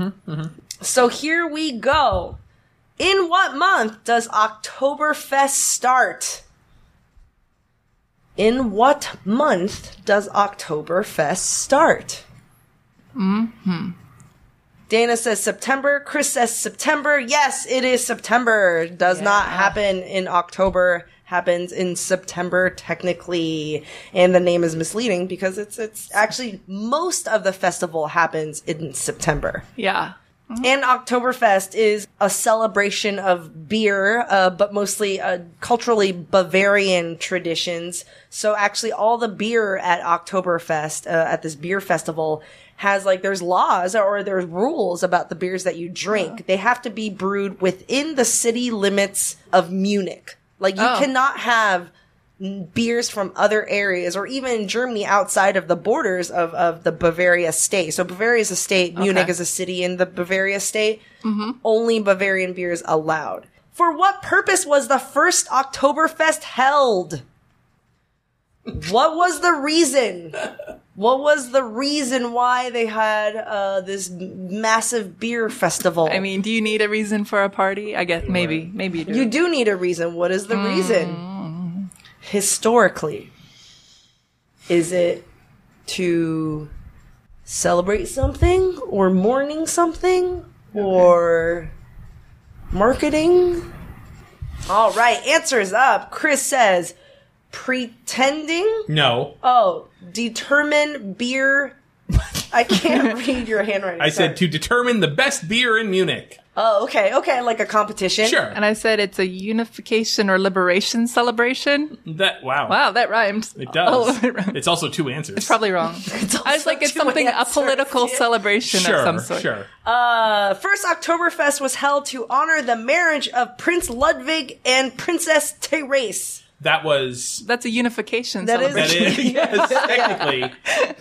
S1: So here we go. In what month does Oktoberfest start? In what month does Oktoberfest start? Dana says September. Chris says September. Yes, it is September. Does not happen in October. Happens in September technically, and the name is misleading because it's it's actually most of the festival happens in September.
S2: yeah.
S1: Mm-hmm. And Oktoberfest is a celebration of beer, uh, but mostly uh, culturally Bavarian traditions. So actually, all the beer at Oktoberfest, uh, at this beer festival, has like there's laws or there's rules about the beers that you drink. They have to be brewed within the city limits of Munich. Like you cannot have beers from other areas or even in Germany outside of the borders of, of the Bavaria state. So Bavaria is a state, Munich is a city in the Bavaria state.
S2: Mm-hmm.
S1: Only Bavarian beers allowed. For what purpose was the first Oktoberfest held? what was the reason? What was the reason why they had uh, this massive beer festival?
S2: I mean, do you need a reason for a party? I guess maybe, maybe you do.
S1: You do need a reason. What is the reason? Historically, is it to celebrate something or mourning something or marketing? All right, answers up. Chris says pretending.
S3: No.
S1: Oh, determine beer. I can't read your handwriting.
S3: I said
S1: sorry.
S3: to determine the best beer in Munich.
S1: Oh, okay, okay, like a competition.
S3: Sure.
S2: And I said it's a unification or liberation celebration.
S3: that wow.
S2: Wow, that rhymed.
S3: It does.
S2: Oh, it rhymed.
S3: it's also two answers. It's
S2: Probably wrong. I was like, it's
S1: two
S2: something a
S1: answers.
S2: political
S1: Yeah.
S2: celebration
S3: sure,
S2: of some sort.
S3: Sure.
S1: Uh, first Oktoberfest was held to honor the marriage of Prince Ludwig and Princess Therese.
S3: That was
S2: That's a unification
S1: That is-
S3: that
S2: celebration.
S3: is yes, technically.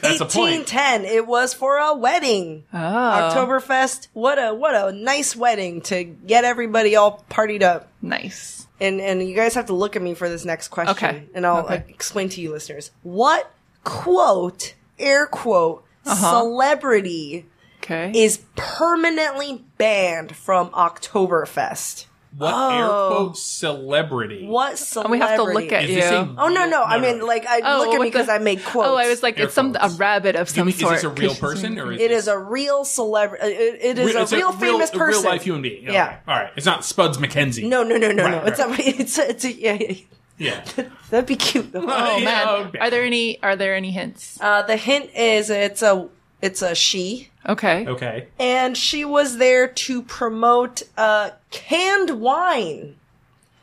S3: That's a point.
S1: 1810. It was for a wedding. Oh. Oktoberfest. What a what a nice wedding to get everybody all partied up.
S2: nice.
S1: and and you guys have to look at me for this next question
S2: Okay.
S1: and i'll
S2: Okay.
S1: uh, explain to you listeners what quote air quote
S2: Uh-huh.
S1: celebrity
S2: Okay.
S1: is permanently banned from oktoberfest
S3: What air quote celebrity?
S1: Oh. what celebrity
S2: and we have to look at
S3: Is
S2: you.
S3: this a-
S1: oh no no i
S3: No, no.
S1: mean like i
S2: Oh,
S1: look at me
S2: with the-
S1: because i made quotes
S2: Oh, I was like,
S3: Air
S2: it's some a
S3: quotes.
S2: rabbit of
S3: Do you
S2: some
S3: mean-
S2: sort.
S3: Is this a real person or is
S1: it
S3: this-
S1: is a real celebrity it, it is
S3: Re-
S1: a
S3: it's
S1: real
S3: real,
S1: famous
S3: a
S1: person
S3: real life human being. Okay.
S1: Yeah.
S3: All right. It's not Spuds McKenzie.
S1: no no no no
S3: Right,
S1: no
S3: right.
S1: it's a it's a, it's a yeah, yeah, yeah.
S3: Yeah.
S1: that'd be cute though
S2: Oh
S3: Yeah,
S2: man,
S3: okay.
S2: are there any? Are there any hints?
S1: uh the hint is it's a it's a she
S2: Okay.
S3: Okay.
S1: and she was there to promote uh, canned wine.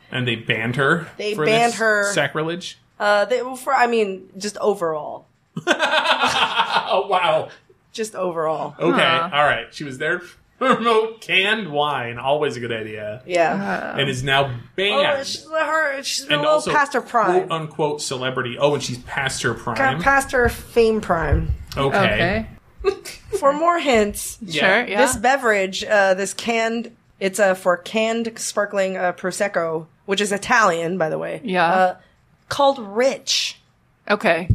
S3: And they banned her.
S1: They
S3: for
S1: banned
S3: this
S1: her.
S3: Sacrilege.
S1: Uh, they, well, for I mean, just overall,
S3: Oh wow.
S1: just overall.
S3: Okay. All right. She was there. to Promote canned wine. Always a good idea.
S1: Yeah,
S3: And is now banned.
S1: oh, she's, her, she's been
S3: and
S1: a little
S3: also
S1: past her prime,
S3: quote unquote celebrity. Oh, and she's past her prime.
S1: Got past her fame prime.
S3: okay.
S2: Okay.
S1: For more hints,
S2: Sure. Yeah.
S1: this beverage, uh, this canned, it's uh, for canned sparkling uh, prosecco, which is Italian, by the way.
S2: Yeah.
S1: uh, called Rich.
S2: okay.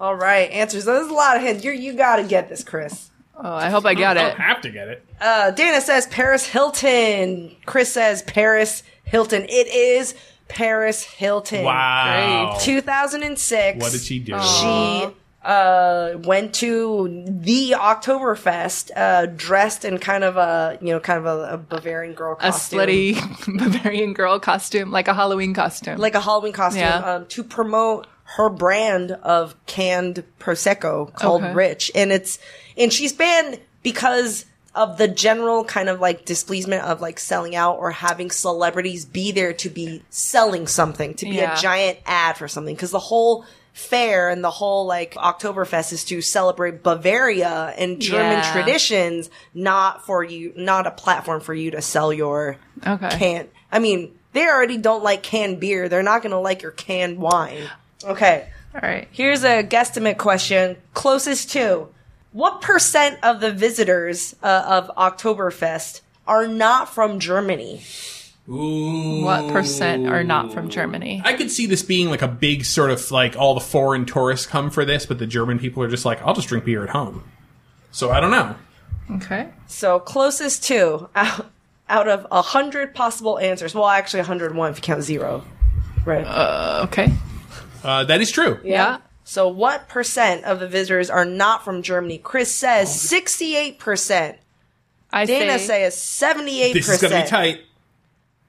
S1: All right, answers. There's a lot of hints. You you got to get this, Chris.
S2: Oh, I hope I got
S3: I
S2: it.
S3: don't have to get it.
S1: Uh, Dana says Paris Hilton. Chris says Paris Hilton. It is Paris Hilton.
S3: Wow.
S1: 2006.
S3: What did she do?
S1: She uh, went to the Oktoberfest uh, dressed in kind of a you know kind of a, a Bavarian girl
S2: a
S1: costume,
S2: slutty Bavarian girl costume, like a Halloween costume.
S1: like a Halloween costume,
S2: Yeah.
S1: um, to promote her brand of canned prosecco called
S2: Okay.
S1: Rich, and it's and she's banned because of the general kind of like displeasement of like selling out or having celebrities be there to be selling something, to be
S2: Yeah.
S1: a giant ad for something, because the whole fair and the whole like Oktoberfest is to celebrate Bavaria and German
S2: Yeah.
S1: traditions, not for you, not a platform for you to sell your
S2: Okay.
S1: canned. I mean, they already don't like canned beer. They're not going to like your canned wine. Okay.
S2: All right.
S1: Here's a guesstimate question. Closest to what percent of the visitors uh, of Oktoberfest are not from Germany?
S3: Ooh.
S2: What percent are not from Germany?
S3: I could see this being like a big sort of like all the foreign tourists come for this, but the German people are just like, I'll just drink beer at home. So I don't know.
S2: okay.
S1: So closest to out, out of 100 possible answers. Well, actually 101 if you count zero. Right.
S2: Okay.
S3: Uh, that is true.
S2: Yeah.
S1: so what percent of the visitors are not from Germany? Chris says
S3: Oh.
S1: 68%.
S2: I
S1: Dana
S2: say
S1: says 78%.
S3: This is gonna be tight.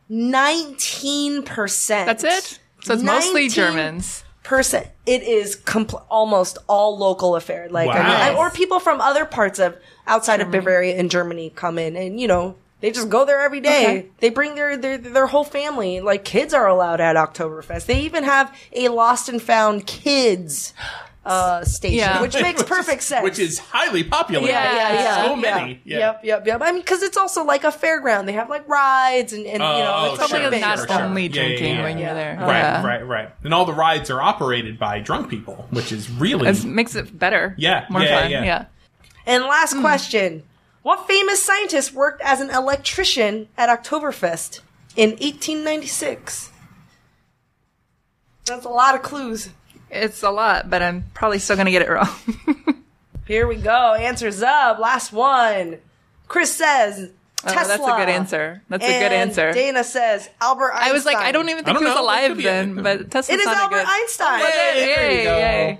S1: Nineteen percent.
S2: that's it. So it's mostly
S1: 19
S2: Germans.
S1: Percent. It is compl- almost all local affair, like
S3: Wow.
S1: I mean, or people from other parts of outside of Bavaria and Germany come in, and you know they just go there every day.
S2: Okay.
S1: They bring their, their their whole family. Like kids are allowed at Oktoberfest. They even have a lost and found kids uh, station,
S2: Yeah.
S1: which makes perfect sense.
S3: Which is highly popular.
S2: Yeah, yeah,
S3: So many. Yeah.
S1: Yep, yep, yep. I mean, because it's also like a fairground. They have like rides and, and you know,
S3: Oh,
S1: it's
S3: oh,
S1: something
S3: sure,
S1: big.
S2: not
S3: sure, sure.
S2: only
S3: Yeah, yeah,
S2: drinking
S3: yeah.
S2: when you're there.
S3: Right,
S2: Yeah.
S3: right, right. And all the rides are operated by drunk people, which is really
S2: It makes it better.
S3: Yeah,
S2: More
S3: yeah,
S2: fun.
S3: yeah.
S1: And last
S2: Hmm.
S1: question: What famous scientist worked as an electrician at Oktoberfest in 1896? That's a lot of clues.
S2: It's a lot, but I'm probably still going to get it wrong.
S1: Here we go. Answers up. Last one. Chris says
S2: Oh,
S1: Tesla.
S2: that's a good answer. That's a
S1: And
S2: good answer.
S1: Dana says Albert Einstein.
S2: I was like, I don't even
S3: I
S2: think
S3: don't
S2: he was
S3: know. It could
S2: alive
S3: be
S2: then,
S3: anything.
S2: but Tesla's
S1: It is
S2: not
S1: Albert
S2: a good. Oh,
S1: Einstein.
S2: Yay,
S3: there you go.
S2: yay.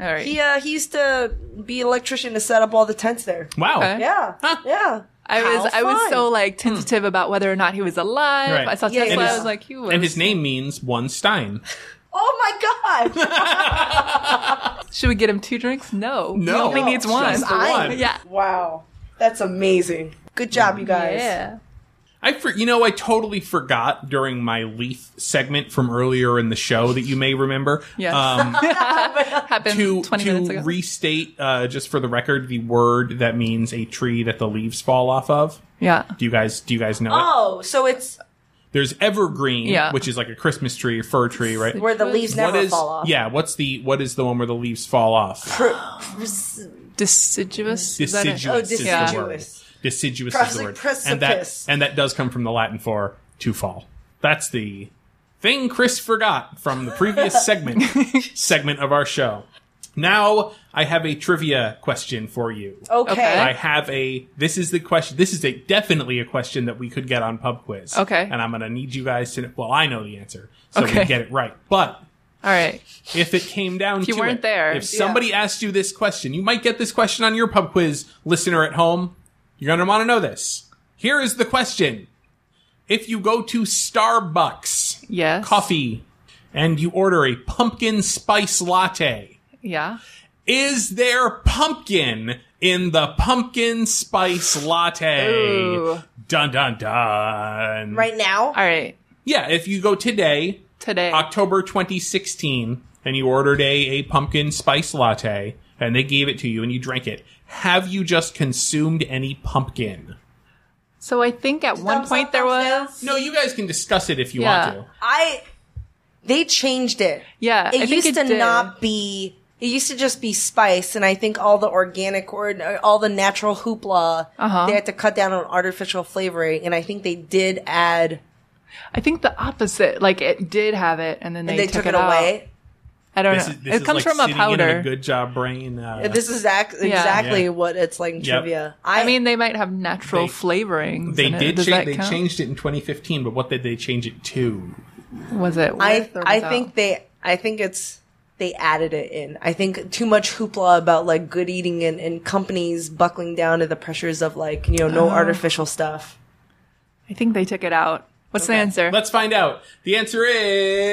S2: All right.
S1: He uh, he used to be electrician to set up all the tents there.
S3: wow.
S2: Okay.
S1: Yeah, yeah.
S2: I was
S1: How
S2: I was
S1: fun.
S2: so like tentative about whether or not he was alive.
S3: Right.
S2: I saw
S1: Yeah,
S2: Tesla.
S1: yeah.
S2: I was like, he was.
S3: And his name means one Stein.
S1: Oh my god!
S2: Should we get him two drinks? No. He only needs one.
S3: Just the one.
S2: Yeah.
S1: wow, that's amazing. Good job, you guys.
S2: Yeah.
S3: I for, you know I totally forgot during my leaf segment from earlier in the show that you may remember.
S2: Yes.
S3: Um,
S2: Happened
S3: to
S2: 20
S3: to
S2: minutes ago.
S3: restate uh, just for the record the word that means a tree that the leaves fall off of.
S2: yeah.
S3: Do you guys do you guys know it?
S1: Oh, so it's
S3: There's evergreen,
S2: Yeah.
S3: which is like a Christmas tree, fir tree, right?
S1: where the leaves
S3: What
S1: never
S3: is-
S1: fall off.
S3: Yeah, what's the what is the one where the leaves fall off?
S2: Deciduous. is that it?
S3: Deciduous.
S1: Oh,
S3: is the
S1: deciduous.
S3: word. Deciduous
S1: Perhaps
S3: is the
S1: like
S3: word. And
S1: precipice.
S3: that and that does come from the Latin for to fall. That's the thing Chris forgot from the previous segment segment of our show. Now I have a trivia question for you.
S1: Okay.
S2: Okay.
S3: I have a. This is the question. This is a definitely a question that we could get on pub quiz.
S2: Okay.
S3: And I'm gonna need you guys to. Well, I know the answer, so
S2: Okay.
S3: we get it right. But
S2: All right.
S3: if it came down
S2: If you
S3: to
S2: weren't
S3: it,
S2: there,
S3: if
S2: yeah.
S3: somebody asked you this question, you might get this question on your pub quiz, listener at home. You're gonna want to know this. Here is the question: If you go to Starbucks
S2: Yes.
S3: coffee and you order a pumpkin spice latte,
S2: Yeah.
S3: is there pumpkin in the pumpkin spice latte?
S2: Ooh.
S3: Dun dun dun.
S1: Right now,
S2: All right.
S3: Yeah, if you go today,
S2: Today.
S3: October 2016, and you ordered a, a pumpkin spice latte, and they gave it to you and you drank it, have you just consumed any pumpkin?
S2: So I think at one
S1: Thumbs
S2: point
S1: up,
S2: there
S1: thumbs down.
S2: was.
S3: No, you guys can discuss it if you
S2: Yeah.
S3: want to.
S1: I they changed it.
S2: Yeah,
S1: it
S2: I think
S1: used
S2: it
S1: to
S2: did.
S1: not be. It used to just be spice, and I think all the organic or all the natural hoopla
S2: Uh-huh.
S1: they had to cut down on artificial flavoring, and I think they did add.
S2: I think the opposite. Like it did have it, and then they,
S1: They, took, it,
S2: out.
S1: away.
S2: I don't know.
S3: is
S2: it comes
S3: like
S2: from a
S3: sitting in
S2: powder.
S3: good job brain. Uh,
S1: This is ac- exactly
S3: Yeah.
S1: what it's like in trivia. I,
S2: I mean, they might have natural
S3: They-
S2: flavorings.
S3: they
S2: in it.
S3: did
S2: Does
S3: change.
S2: that
S3: They
S2: count?
S3: changed it in 2015, but what did they change it to?
S2: Was it?
S1: I
S2: with or
S1: I
S2: without?
S1: think they I think it's they added it in. I think too much hoopla about like good eating and, and companies buckling down to the pressures of like you know no artificial stuff.
S2: I think they took it out. What's the answer?
S3: Let's find out. The answer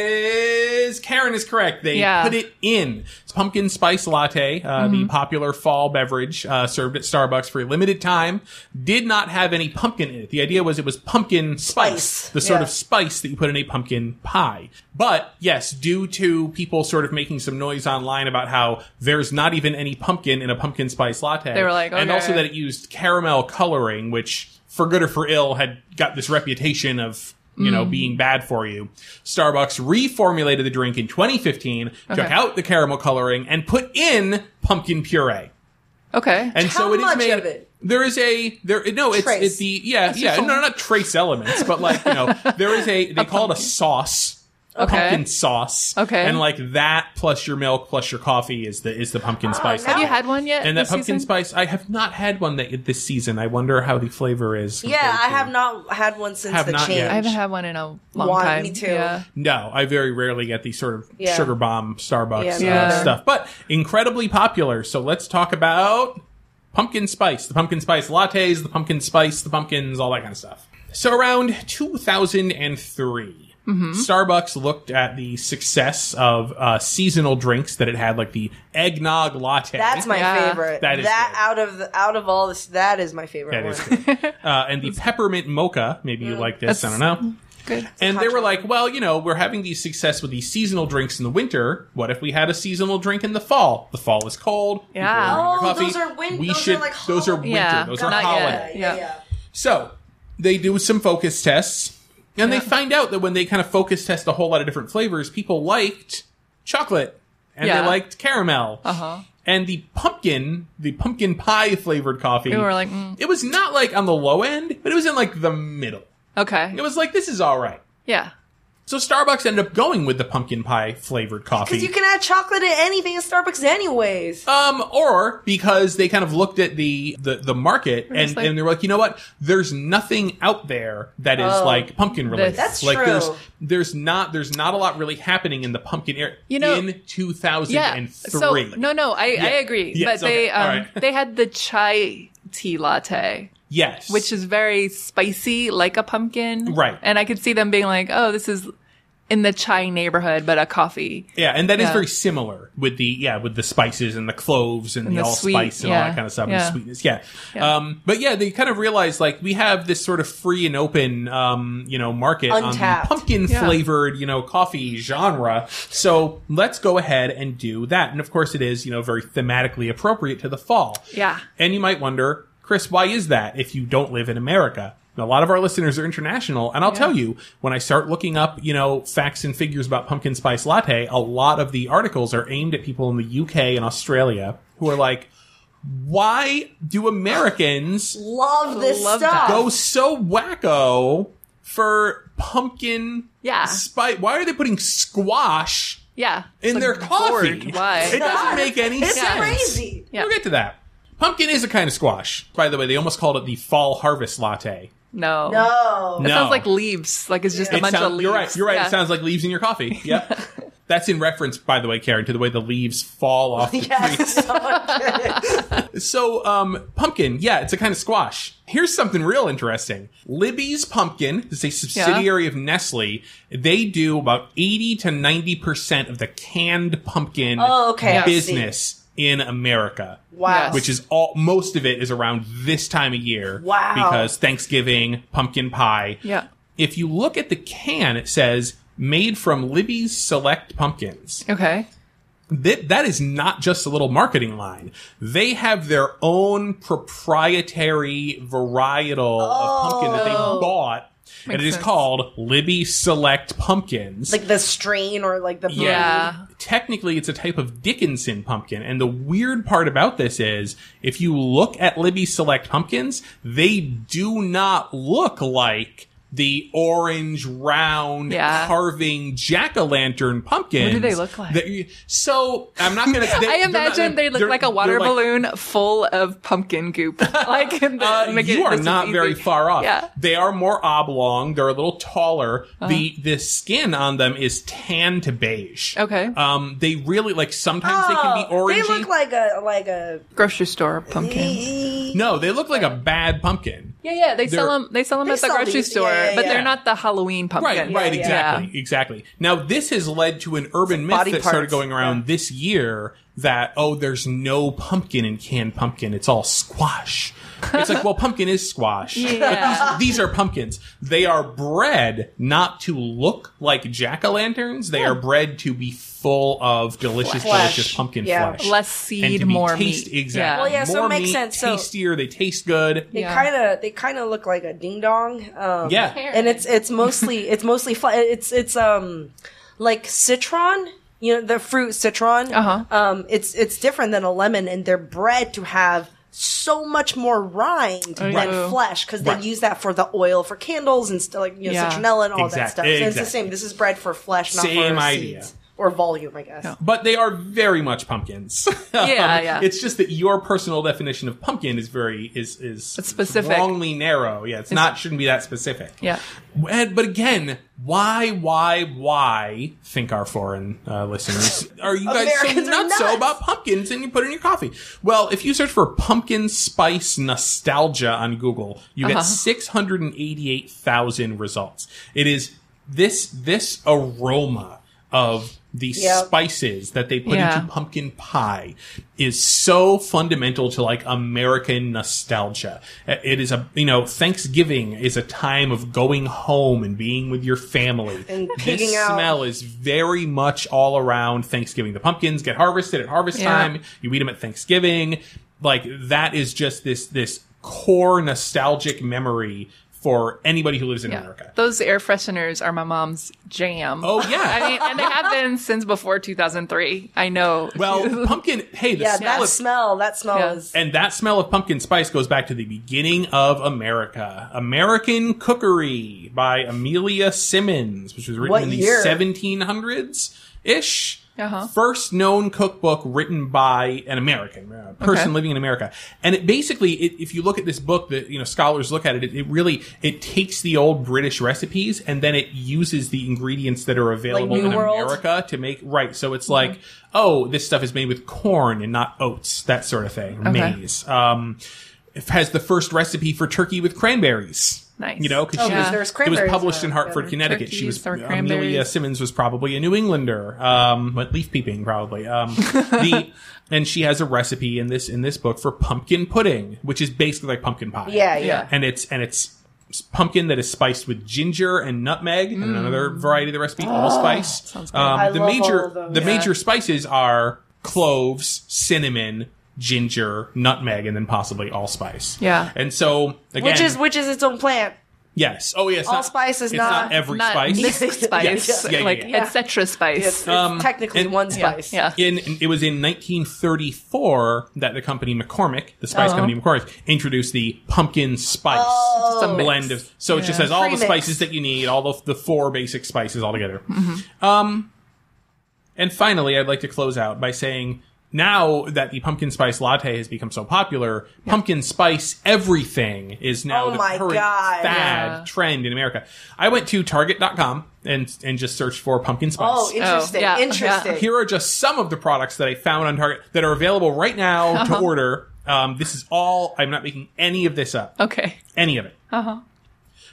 S3: is Karen is correct. They
S2: Yeah.
S3: put it in It's pumpkin spice latte, uh, the popular fall beverage uh, served at Starbucks for a limited time. Did not have any pumpkin in it. The idea was it was pumpkin spice,
S1: Spice.
S3: the sort
S1: Yeah.
S3: of spice that you put in a pumpkin pie. But yes, due to people sort of making some noise online about how there's not even any pumpkin in a pumpkin spice latte,
S2: They were like,
S3: and
S2: okay.
S3: also that it used caramel coloring, which for good or for ill had got this reputation of you know
S2: Mm.
S3: being bad for you. Starbucks reformulated the drink in 2015, took out the caramel coloring, and put in pumpkin puree.
S2: okay.
S3: And
S1: How
S3: so it is
S1: much
S3: made.
S1: of it?
S3: There is a there. No, it's
S1: Trace.
S3: it's the yeah yeah no not trace elements, but like you know there is a they call it a sauce. a
S2: Okay.
S3: Pumpkin sauce.
S2: Okay.
S3: And like that plus your milk plus your coffee is the is the pumpkin spice.
S2: Oh, have you had one yet?
S3: And that
S2: this season?
S3: pumpkin spice, I have not had one that this season. I wonder how the flavor is.
S1: Yeah,
S3: compared
S1: I
S3: to-
S1: have not had one since
S3: Have
S1: the
S3: not
S1: change.
S3: yet.
S2: I haven't had one in a long
S1: One,
S2: time.
S1: me too.
S2: Yeah.
S3: No, I very rarely get these sort of
S1: Yeah.
S3: sugar bomb
S1: Yeah,
S3: Starbucks
S1: me
S3: uh,
S2: neither.
S3: stuff, but incredibly popular. So let's talk about pumpkin spice, the pumpkin spice lattes, the pumpkin spice, the pumpkins, all that kind of stuff. So around 2003,
S1: Mm-hmm.
S3: Starbucks looked at the success of uh, seasonal drinks that it had, like the eggnog latte.
S1: That's my
S2: Yeah.
S1: favorite.
S3: That is
S1: that
S3: good.
S1: out of the, out of all this, that is my favorite
S3: That
S1: one.
S3: is good. uh, and the peppermint mocha. Maybe you like this. I don't know.
S5: Good.
S3: And they were like, well, you know, we're having these success with these seasonal drinks in the winter. What if we had a seasonal drink in the fall? The fall is cold. people
S2: Yeah.
S3: are
S1: Oh,
S3: puffy.
S1: those are win-
S3: We
S1: those are
S3: should.
S1: like
S3: those are
S1: holiday-
S3: winter.
S2: Yeah,
S3: Those are
S2: not
S3: holiday.
S2: yet.
S1: Yeah,
S2: Yeah.
S1: yeah.
S3: So they do some focus tests, and they find out that when they kind of focus test a whole lot of different flavors, people liked chocolate and
S2: Yeah.
S3: they liked caramel. Uh-huh. And the pumpkin, the pumpkin pie flavored coffee,
S2: People were like, mm.
S3: it was not like on the low end, but it was in like the middle.
S2: Okay.
S3: It was like this is all right.
S2: Yeah.
S3: So Starbucks ended up going with the pumpkin pie flavored coffee.
S1: Because you can add chocolate to anything at Starbucks, anyways.
S3: Um, or because they kind of looked at the the, the market and,
S2: just like-
S3: and they were like, you know what? There's nothing out there that is
S2: Oh,
S3: like pumpkin related.
S1: That's
S3: like
S1: true.
S3: there's there's not there's not a lot really happening in the pumpkin area
S2: You know-
S3: in two thousand
S2: Yeah.
S3: and
S2: So
S3: three.
S2: no, no, I, I agree.
S3: Yes,
S2: but
S3: okay.
S2: they um,
S3: All right.
S2: they had the chai tea latte,
S3: Yes.
S2: which is very spicy, like a pumpkin.
S3: Right.
S2: And I could see them being like, oh, this is in the chai neighborhood, but a coffee.
S3: Yeah, and that is
S2: Yeah.
S3: very similar with the yeah with the spices and the cloves and, the,
S2: the
S3: all
S2: sweet,
S3: allspice and all
S2: yeah,
S3: that kind of stuff
S2: yeah.
S3: and sweetness. Yeah. Um, but yeah, they kind of realized like we have this sort of free and open um, you know market
S1: Untapped.
S3: on pumpkin flavored you know coffee genre. So let's go ahead and do that. And of course, it is you know very thematically appropriate to the fall.
S2: Yeah.
S3: And you might wonder, Chris, why is that if you don't live in America? A lot of our listeners are international, and I'll tell you, when I start looking up, you know, facts and figures about pumpkin spice latte, a lot of the articles are aimed at people in the UK and Australia who are like, why do Americans
S1: Love this
S2: Love
S1: stuff.
S2: that.
S3: go so wacko for pumpkin
S2: Yeah.
S3: spice? Why are they putting squash
S2: Yeah.
S3: in
S2: It's
S3: their
S2: like,
S3: coffee?
S2: bored. Why?
S3: It doesn't make any
S1: It's
S3: sense.
S1: crazy.
S2: Yeah.
S3: We'll get to that. Pumpkin is a kind of squash. By the way, they almost called it the fall harvest latte.
S2: no.
S1: No.
S2: It
S3: No.
S2: sounds like leaves. Like it's just a
S3: It
S2: bunch of
S3: sound-
S2: leaves.
S3: You're right. You're right.
S2: Yeah.
S3: It sounds like leaves in your coffee. Yep. That's in reference, by the way, Karen, to the way the leaves fall off the
S1: Yes.
S3: tree. So, um, pumpkin, yeah, it's a kind of squash. Here's something real interesting. Libby's Pumpkin is a subsidiary of Nestle. They do about 80 to 90% of the canned pumpkin
S1: Oh, okay, I see.
S3: business in America.
S1: wow.
S3: which is all most of it is around this time of year.
S1: Wow.
S3: Because Thanksgiving, pumpkin pie.
S2: Yeah.
S3: If you look at the can, it says made from Libby's Select Pumpkins.
S2: Okay.
S3: That, that is not just a little marketing line. They have their own proprietary varietal of pumpkin that they
S1: Oh.
S3: bought. and it is
S2: sense.
S3: called Libby Select Pumpkins.
S1: like the strain or like the breed.
S2: Yeah.
S3: Technically, it's a type of Dickinson pumpkin. And the weird part about this is if you look at Libby Select pumpkins, they do not look like the orange round
S2: Yeah.
S3: carving jack-o'-lantern pumpkin
S2: What do they look like?
S3: so i'm not gonna they-
S2: I
S3: they're not-
S2: imagine they look
S3: they're-
S2: like a water
S3: they're like-
S2: balloon full of pumpkin goop. Like the,
S3: uh,
S2: make
S3: you
S2: it-
S3: are
S2: this is
S3: not
S2: easy.
S3: very far off.
S2: Yeah. Uh-huh.
S3: They are more oblong. They're a little taller. The the skin on them is tan to beige.
S2: Okay.
S3: Um, they really like sometimes they can be
S1: Oh,
S3: orangey.
S1: They look like a like a
S2: Grocery store pumpkin.
S3: no, they look like a bad pumpkin.
S2: Yeah, yeah. They sell
S3: They're-
S2: 'em sell them. They sell them
S1: They
S2: at the
S1: sell
S2: grocery
S1: these, yeah,
S2: store,
S1: yeah,
S2: but
S1: yeah.
S2: they're not the Halloween
S3: Right,
S2: pumpkin.
S3: right,
S1: yeah.
S3: exactly, exactly. Now this has led to an urban myth
S1: body
S3: that started
S1: parts.
S3: going around this year that oh, there's no pumpkin in canned pumpkin; it's all squash. It's like, well, pumpkin is squash.
S2: Yeah.
S3: But these, these are pumpkins. They are bred not to look like jack o' lanterns. They are bred to be full of delicious,
S1: Flesh.
S3: delicious pumpkin
S1: Yeah.
S3: flesh.
S2: Less
S3: And
S2: seed,
S3: to be
S2: more
S3: taste-
S2: meat.
S3: Exactly.
S1: Well, yeah, so
S3: More
S1: it makes
S3: meat,
S1: sense. So-
S3: tastier. They taste good.
S1: They
S2: Yeah.
S1: kind of they kind of look like a ding dong. Um,
S3: Yeah.
S1: and it's it's mostly it's mostly fl- it's it's um like citron. You know the fruit citron.
S2: Uh-huh.
S1: Um, it's it's different than a lemon, and they're bred to have so much more rind
S2: yeah.
S1: than flesh because they
S3: Right.
S1: use that for the oil for candles and st- like you know
S2: Yeah.
S1: citronella and all that
S3: Exact-
S1: stuff. So it's the
S3: exact.
S1: same. This is bred for flesh, not
S3: Same
S1: for
S3: idea.
S1: seeds or volume, I guess.
S3: but they are very much pumpkins. Um,
S2: Yeah, yeah.
S3: It's just that your personal definition of pumpkin is very is is
S2: It's specific.
S3: wrongly narrow. Yeah, it's, not shouldn't be that specific.
S2: Yeah.
S3: And- but again, why, why, why? Think our foreign uh, listeners are you guys
S1: Americans
S3: so
S1: are
S3: nuts
S1: nuts.
S3: about pumpkins and you put it in your coffee? Well, if you search for pumpkin spice nostalgia on Google, you
S1: Uh-huh.
S3: get six hundred and eighty-eight thousand results. It is this this aroma of the
S1: Yep.
S3: spices that they put
S2: Yeah.
S3: into pumpkin pie is so fundamental to like American nostalgia. Uh, It is a, you know, Thanksgiving is a time of going home and being with your family.
S1: And
S3: this
S1: pigging out.
S3: smell is very much all around Thanksgiving. The pumpkins get harvested at harvest
S2: Yeah.
S3: time. You eat them at Thanksgiving. Like that is just this, this core nostalgic memory for anybody who lives in America.
S2: Those air fresheners are my mom's jam.
S3: Oh, yeah.
S2: I mean, and they have been since before 2003. I know.
S3: Well, pumpkin. Hey, the
S1: Yeah,
S3: smell
S1: that
S3: of
S1: smell, that smell
S2: Yeah.
S1: is.
S3: And that smell of pumpkin spice goes back to the beginning of America. American Cookery by Amelia Simmons, which was written
S1: What
S3: in the
S1: year?
S3: 1700s ish.
S2: Uh-huh.
S3: First known cookbook written by an American a person
S2: Okay.
S3: living in America, and it basically, it, if you look at this book, that you know scholars look at it, it, it really it takes the old British recipes and then it uses the ingredients that are available
S1: New
S3: in
S1: World?
S3: America. America to make right. So it's like, oh, this stuff is made with corn and not oats, that sort of thing. Maize. Um, it has the first recipe for turkey with cranberries.
S2: Nice.
S3: You know, because
S1: Oh,
S3: she
S1: because
S3: was,
S1: there's
S3: it was
S1: cranberries
S3: published in
S1: now.
S3: Hartford,
S1: Yeah.
S3: Connecticut. she
S2: Turkeys
S3: was uh,
S2: or
S3: Amelia
S2: cranberries.
S3: Simmons was probably a New Englander, um, but leaf peeping probably. Um, the and she has a recipe in this in this book for pumpkin pudding, which is basically like pumpkin pie
S1: yeah, yeah.
S3: and it's and it's pumpkin that is spiced with ginger and nutmeg
S1: Mm.
S3: and another variety of the recipe allspice
S1: Ah, I
S3: um, the
S1: love
S3: major
S1: all of those.
S3: the major spices are cloves cinnamon ginger nutmeg and then possibly allspice
S2: Yeah.
S3: and so again
S1: Which is which is its own plant.
S3: yes oh yes
S1: allspice is
S3: it's not,
S1: not-
S3: every
S2: Not
S3: spice
S2: this spice,
S3: Yes. Yeah, yeah,
S2: like
S3: yeah.
S2: etc. spice.
S1: It's, it's
S3: Um,
S1: technically
S3: and-
S1: one
S2: yeah,
S1: spice.
S2: yeah.
S3: in it was in 1934 that the company McCormick, the spice
S1: Uh-huh.
S2: Oh.
S3: company McCormick, introduced the pumpkin spice
S1: Oh.
S2: It's a mix.
S3: blend of. So it just has all
S1: Premix.
S3: the spices that you need, all the, the four basic spices all together. Um,
S1: Mm-hmm.
S3: and finally, I'd like to close out by saying now that the pumpkin spice latte has become so popular, pumpkin spice everything is now
S1: Oh
S3: the
S1: my
S3: current
S1: God.
S3: fad trend in America. I went to Target.com and and just searched for pumpkin spice.
S1: Oh, interesting.
S2: yeah, yeah.
S1: Interesting.
S3: Here are just some of the products that I found on Target that are available right now
S1: Uh-huh.
S3: to order. Um, this is all, I'm not making any of this up.
S2: Okay.
S3: Any of it. Uh huh.
S1: Uh-huh.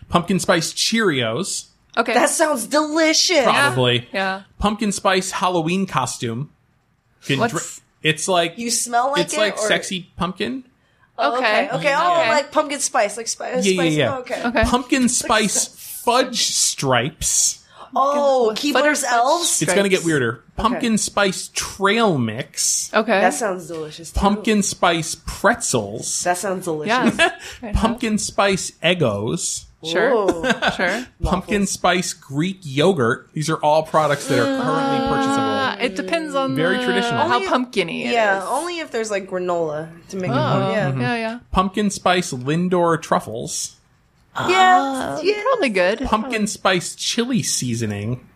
S3: Pumpkin spice Cheerios,
S2: Okay.
S1: That sounds delicious.
S3: probably.
S2: yeah.
S3: Pumpkin spice Halloween costume. Can
S2: What's-
S3: it's like,
S1: You smell like
S3: it's
S1: it.
S3: like
S1: or-
S3: sexy pumpkin.
S1: Oh, okay.
S2: Okay.
S1: Okay. Oh, like pumpkin spice, like spi- spice.
S3: Yeah, yeah, yeah.
S1: Oh, okay.
S2: Okay.
S3: Pumpkin spice fudge stripes.
S1: Oh, Keebler's elves.
S3: It's going to get weirder. Pumpkin spice trail mix.
S2: Okay.
S1: That sounds delicious. too.
S3: Pumpkin spice pretzels.
S1: That sounds delicious.
S2: yeah.
S3: pumpkin spice Eggos,
S2: Sure.
S1: Ooh.
S2: Sure.
S3: pumpkin spice Greek yogurt. These are all products that are currently
S2: Uh,
S3: purchasable.
S2: it depends on
S3: Very
S2: the-
S3: traditional.
S2: how
S1: Mm. Only-
S2: pumpkiny it
S1: yeah,
S2: is.
S1: only if there's like granola to make
S2: Oh,
S1: it.
S2: yeah.
S1: Yeah.
S2: yeah, yeah.
S3: Pumpkin spice Lindor truffles,
S2: Ah,
S1: Yeah. yeah.
S2: Probably good.
S3: pumpkin spice chili seasoning.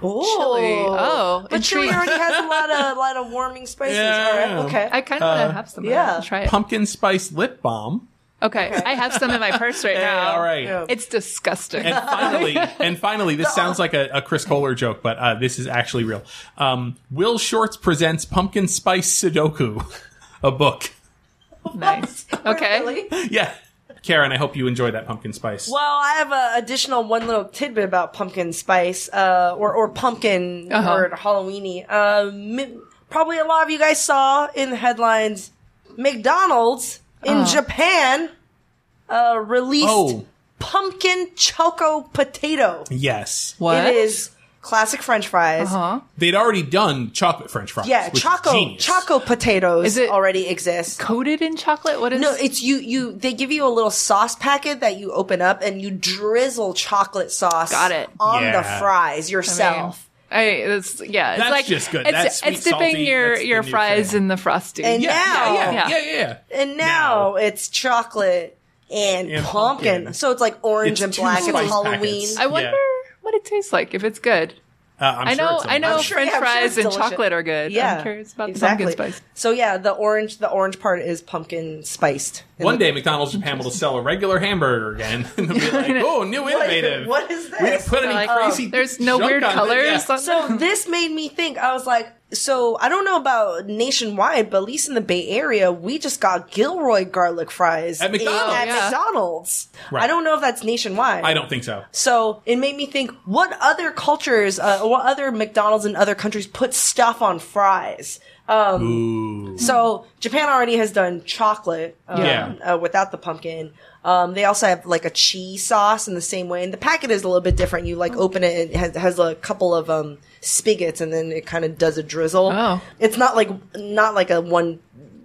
S1: Oh.
S2: Chili. Oh,
S1: But chili
S2: intrigued.
S1: already has a lot of lot of warming spices.
S3: Yeah,
S1: All right.
S3: yeah.
S1: Okay.
S2: I kind of
S3: Uh,
S2: want to have some.
S1: yeah.
S2: Yeah, try it.
S3: Pumpkin spice lip balm.
S2: okay, I have some in my purse right now.
S3: all right.
S2: It's disgusting.
S3: And finally, and finally, this sounds like a, a Chris Kohler joke, but uh, this is actually real. Um, Will Shorts presents Pumpkin Spice Sudoku, a book.
S2: nice. Okay.
S1: Really?
S3: Yeah, Karen, I hope you enjoy that pumpkin spice.
S1: Well, I have an additional one little tidbit about pumpkin spice, uh, or or pumpkin
S2: Uh-huh.
S1: or Halloweeny. Um, m- probably a lot of you guys saw in the headlines, McDonald's in
S2: Uh-huh.
S1: Japan uh, released
S3: Oh.
S1: pumpkin choco potato.
S3: Yes,
S2: What? Uh-huh.
S1: It is classic French fries.
S2: Huh?
S3: they'd already done chocolate French fries.
S1: Yeah,
S3: which is
S1: choco
S3: genius.
S1: choco potatoes
S2: Is it-
S1: already exist.
S2: Coated in chocolate? What is?
S1: No, it's you. You they give you a little sauce packet that you open up and you drizzle chocolate sauce.
S2: Got it.
S1: on
S3: Yeah.
S1: the fries
S2: I mean,
S1: yourself.
S2: I, it's yeah. It's
S3: That's
S2: like
S3: just good.
S2: It's,
S3: That's sweet,
S2: it's dipping
S3: salty.
S2: your
S3: That's the
S2: your
S3: new
S2: fries
S3: thing.
S2: in the frosting.
S1: And now,
S3: yeah, yeah, yeah,
S2: Yeah.
S3: yeah, yeah.
S1: and now,
S3: Now.
S1: it's chocolate and,
S3: And
S1: pumpkin.
S3: pumpkin.
S1: So it's like orange
S3: It's
S1: and
S3: two
S1: black. It's
S3: spice
S1: Halloween.
S3: packets.
S2: I wonder what it tastes like if it's good.
S3: Uh, I'm
S2: I
S3: sure
S2: know.
S3: it's
S2: I know
S1: I'm sure-
S2: French
S1: yeah, I'm sure
S2: fries
S1: it's
S2: and
S1: delicious.
S2: chocolate are good.
S1: Yeah,
S2: I'm curious about
S1: exactly.
S2: the pumpkin spice.
S1: So yeah, the orange, the orange part is pumpkin spiced. And
S3: One
S1: the-
S3: day, McDonald's Japan will sell a regular hamburger again, and they'll be like, "Oh, new innovative!
S1: what is
S3: We
S1: this?"
S3: didn't put any
S2: Like, oh,
S3: crazy.
S2: there's no
S3: junk
S2: weird
S3: on it."
S2: colors.
S3: Yeah.
S2: on-
S1: So this made me think. I was like, so I don't know about nationwide, but at least in the Bay Area, we just got Gilroy garlic fries
S3: At McDonald's.
S1: in- at
S3: Yeah.
S1: McDonald's.
S3: Right.
S1: I don't know if that's nationwide.
S3: I don't think so.
S1: So it made me think: what other cultures, uh, what other McDonald's in other countries put stuff on fries? Um, so Japan already has done chocolate, um,
S3: Yeah.
S1: uh, without the pumpkin. Um, they also have like a cheese sauce in the same way, and the packet is a little bit different. You like open it, and it has, has a couple of um, spigots, and then it kind of does a drizzle.
S5: Oh.
S1: It's not like not like a one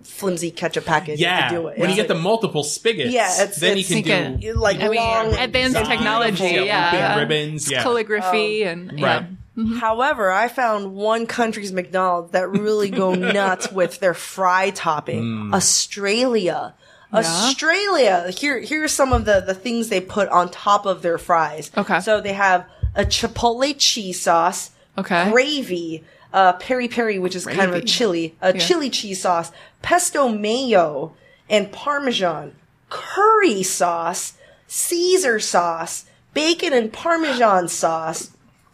S1: flimsy ketchup packet.
S3: Yeah,
S1: to do it.
S3: when
S1: It's
S3: you get the
S1: like-
S3: multiple spigots,
S1: Yeah, it's-
S3: then
S1: it's-
S3: you can
S5: You
S3: do
S1: you like
S5: I mean,
S1: long
S5: advanced
S1: design.
S5: technology,
S3: Yeah,
S5: yeah.
S3: looping ribbons, yeah.
S1: Oh.
S5: calligraphy, and yeah.
S3: right.
S5: Mm-hmm.
S1: However, I found one country's McDonald's that really go nuts with their fry topping.
S5: Mm.
S1: Australia. Australia. Here here are some of the, the things they put on top of their fries.
S5: Okay.
S1: So they have a chipotle cheese sauce,
S5: Okay.
S1: gravy, uh peri peri, which is kind of a
S5: Gravy.
S1: chili, a chili cheese sauce, pesto mayo, and parmesan, curry sauce, Caesar sauce, bacon and parmesan sauce,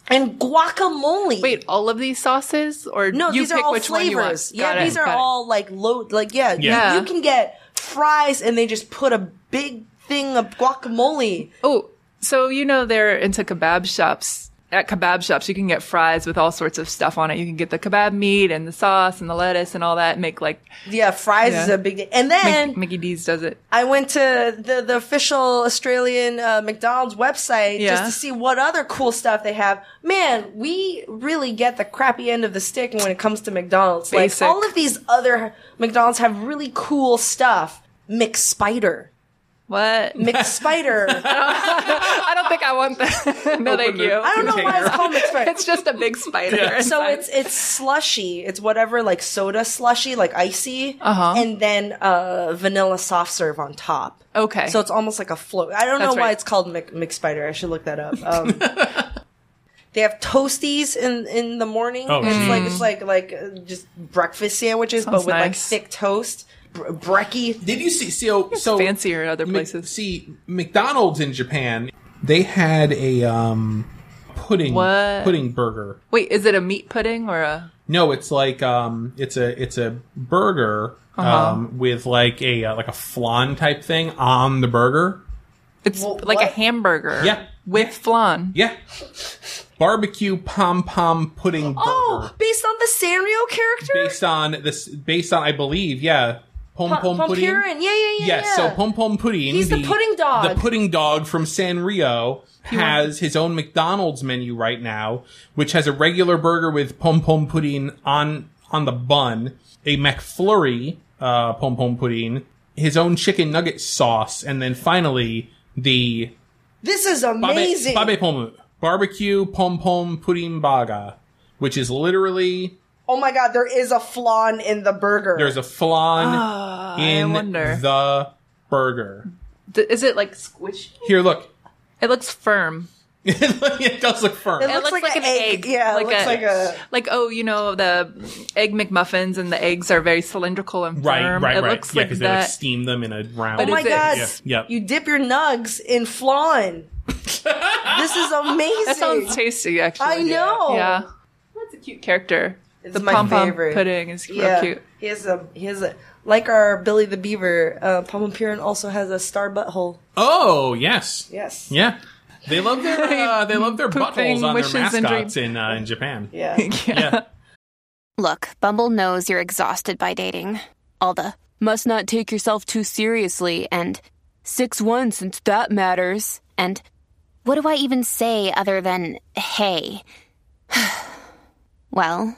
S1: and guacamole.
S5: Wait, all of these sauces, or
S1: no,
S5: you
S1: these
S5: pick
S1: are all
S5: which one you want?
S1: flavors.
S5: Got
S1: yeah,
S5: it,
S1: these are
S5: got it.
S1: all like low, like yeah. you-
S3: Yeah.
S1: You, can get fries, and they just put a big thing of guacamole.
S5: Oh,
S2: So you know they're into kebab shops. At kebab shops, you can get fries with all sorts of stuff on it. You can get the kebab meat and the sauce and the lettuce and all that. Make like
S1: Yeah, fries is
S2: Yeah.
S1: a big. And then
S2: Mickey, Mickey D's does it.
S1: I went to the, the official Australian uh, McDonald's website just
S2: Yeah.
S1: to see what other cool stuff they have. Man, we really get the crappy end of the stick when it comes to McDonald's.
S2: Basic.
S1: Like all of these other McDonald's have really cool stuff. McSpider.
S2: What?
S1: McSpider.
S2: I don't think I want that. no, thank you.
S1: I don't know why it's called McSpider.
S2: It's just a big spider.
S1: so
S2: inside.
S1: it's it's slushy. It's whatever like soda slushy, like icy,
S2: Uh-huh.
S1: and then uh, vanilla soft serve on top.
S2: Okay.
S1: So it's almost like a float. I don't
S2: That's
S1: know why
S2: right.
S1: it's called Mc, McSpider. I should look that up. Um, they have toasties in in the morning.
S3: Oh,
S1: it's
S3: geez.
S1: like it's like like uh, just breakfast sandwiches, but
S2: Sounds
S1: with like
S2: nice.
S1: thick toast, br- brekkie.
S3: Did you see? So, so
S2: fancier at other
S3: Mc-
S2: places.
S3: see, McDonald's in Japan, they had a um, pudding
S2: What?
S3: pudding burger.
S2: Wait, is it a meat pudding or a?
S3: No, it's like um, it's a it's a burger
S2: Uh-huh.
S3: um, with like a uh, like a flan type thing on the burger.
S2: It's
S1: Well,
S2: like a
S1: what?
S2: hamburger.
S3: Yeah.
S2: With flan.
S3: Yeah, barbecue pom pom pudding burger
S1: Oh, based on the Sanrio character,
S3: based on this based on I believe yeah pom
S1: Pa-
S3: pom pudding.
S1: Pompurin. Yeah, yeah, yeah.
S3: Yes,
S1: yeah.
S3: so Pom Pom Pudding.
S1: He's the pudding dog.
S3: The pudding dog from Sanrio has his own McDonald's menu right now, which has a regular burger with Pom Pom Pudding on on the bun, a McFlurry uh, Pom Pom Pudding, his own chicken nugget sauce, and then finally the
S1: This is
S3: Babe,
S1: amazing.
S3: Babe Pom Barbecue Pom Pom Pudding Baga, which is literally
S1: Oh my god, there is a flan in the burger.
S3: there's a
S1: Ah,
S3: flan in
S2: wonder.
S3: the burger.
S2: Th- is it like squishy?
S3: Here, look.
S2: It looks firm.
S3: it does look firm.
S1: it
S2: looks like an egg.
S1: Yeah, it
S2: Like
S1: looks
S2: a-
S1: like a
S2: Like oh, you know the egg McMuffins and the eggs are very cylindrical and
S3: Right,
S2: firm.
S3: right,
S2: it
S3: right.
S2: looks
S3: yeah,
S2: like
S3: because they like
S2: that.
S3: steam them in a round.
S2: But
S1: Oh my
S2: Is it-
S1: god.
S3: Yeah, yeah.
S1: You dip your nugs in flan. this is amazing.
S2: that sounds tasty, actually.
S1: I know.
S2: Yeah, that's a cute character.
S1: It's
S2: the
S1: my
S2: pom pom
S1: favorite.
S2: pudding is real
S1: yeah.
S2: cute.
S1: He has a he has a like our Billy the Beaver, uh Pom Purin also has a star butthole.
S3: Oh yes,
S1: Yes.
S3: yeah. They love their uh, they love their
S2: Pooping
S3: buttholes on their
S2: wishes and
S3: mascots in uh, in Japan.
S1: Yeah.
S3: Yeah.
S6: Look, Bumble knows you're exhausted by dating. All the must not take yourself too seriously and 6 1 since that matters. And what do I even say other than hey? well,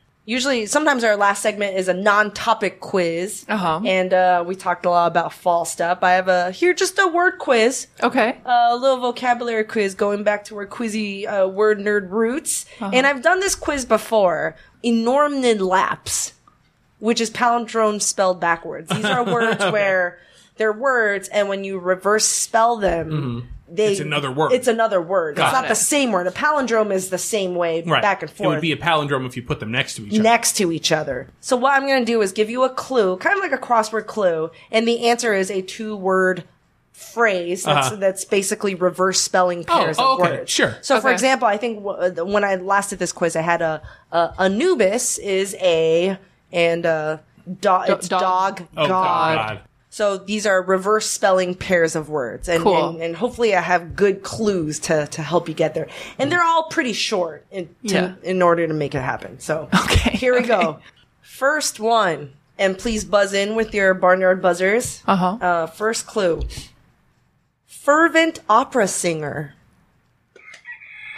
S1: usually sometimes our last segment is a non-topic quiz.
S2: Uh-huh.
S1: And uh we talked a lot about fall stuff. I have a here just a word quiz.
S2: Okay.
S1: a little vocabulary quiz going back to our quizzy uh, word nerd roots.
S3: Uh-huh.
S1: And I've done this quiz before. Enormnid laps, which is palindrome spelled backwards. These are words where they're words, and when you reverse spell them, they
S3: Mm-hmm. It's another word.
S1: It's another word.
S3: Got
S1: it's not
S3: it.
S1: the same word. A palindrome is the same way
S3: Right.
S1: back and forth
S3: It would be a palindrome if you put them next to each other.
S1: next to each other. So what I'm going to do is give you a clue, kind of like a crossword clue, and the answer is a two word phrase that's, that's basically reverse spelling pairs
S3: Uh-huh. oh,
S1: of
S3: okay.
S1: words.
S3: Sure.
S1: So for
S5: Okay.
S1: example, I think w- uh, the- when I last did this quiz, I had a, a Anubis is a and a do- it's dog,
S5: dog.
S3: Oh, God.
S1: So these are reverse spelling pairs of words, and
S5: Cool.
S1: and, and hopefully I have good clues to, to help you get there. And they're all pretty short in to,
S5: Yeah.
S1: in order to make it happen. So
S5: Okay,
S1: here we go. First one, and please buzz in with your barnyard buzzers.
S5: Uh-huh.
S1: Uh, first clue: fervent opera singer,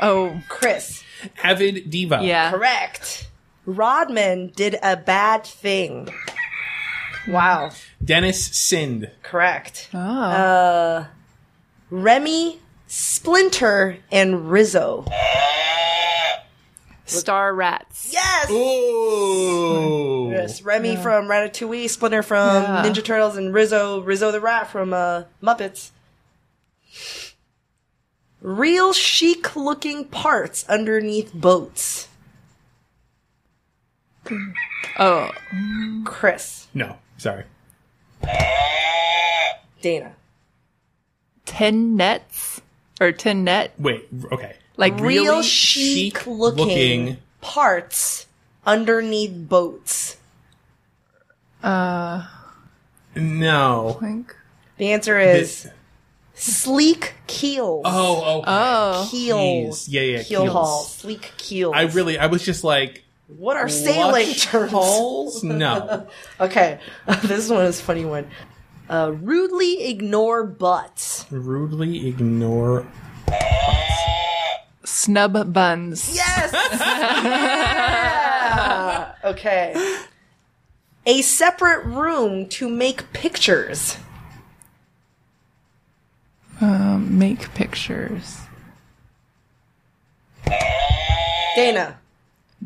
S5: Oh,
S1: Chris.
S3: Avid diva.
S5: yeah.
S1: Correct. Rodman did a bad thing. Wow.
S3: Dennis Sind.
S1: Correct. Oh. Uh, Remy, Splinter, and Rizzo.
S2: Star rats.
S1: Yes!
S3: Oh.
S1: Yes, Remy from Ratatouille, Splinter from Ninja Turtles, and Rizzo, Rizzo the Rat from uh, Muppets. Real chic looking parts underneath boats.
S5: Oh,
S1: Chris,
S3: No, sorry.
S1: Dana.
S2: Ten nets or ten net.
S3: Wait, okay.
S2: Like
S1: Real
S3: Really
S1: chic,
S3: chic
S1: looking,
S3: looking-
S1: parts underneath boats.
S3: No.
S2: Think.
S1: The answer is sleek keels.
S3: Oh, okay. Oh.
S1: keel.
S3: Keys. Yeah, yeah,
S1: Keel
S3: keels.
S1: haul. Sleek keel.
S3: I really, I was just like,
S1: What are sailing
S3: lush
S1: terms?
S3: holes? No.
S1: Okay, this one is a funny one. Uh, rudely ignore butts.
S3: Rudely ignore.
S2: Snub buns.
S1: Yes. Yeah! Okay. A separate room to make pictures.
S2: Um, make pictures.
S1: Dana.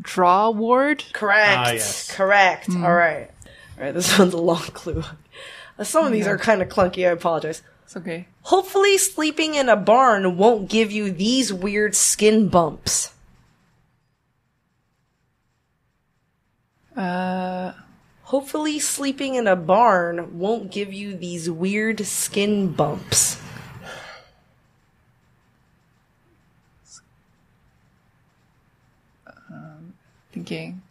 S2: Draw ward.
S1: Correct.
S3: Ah, yes.
S1: Correct. All right. All right. This one's a long clue. Uh, Some of these are kind of clunky. I apologize.
S2: It's okay.
S1: Hopefully, sleeping in a barn won't give you these weird skin bumps. Uh. Hopefully, sleeping in a barn won't give you these weird skin bumps.
S2: Thinking.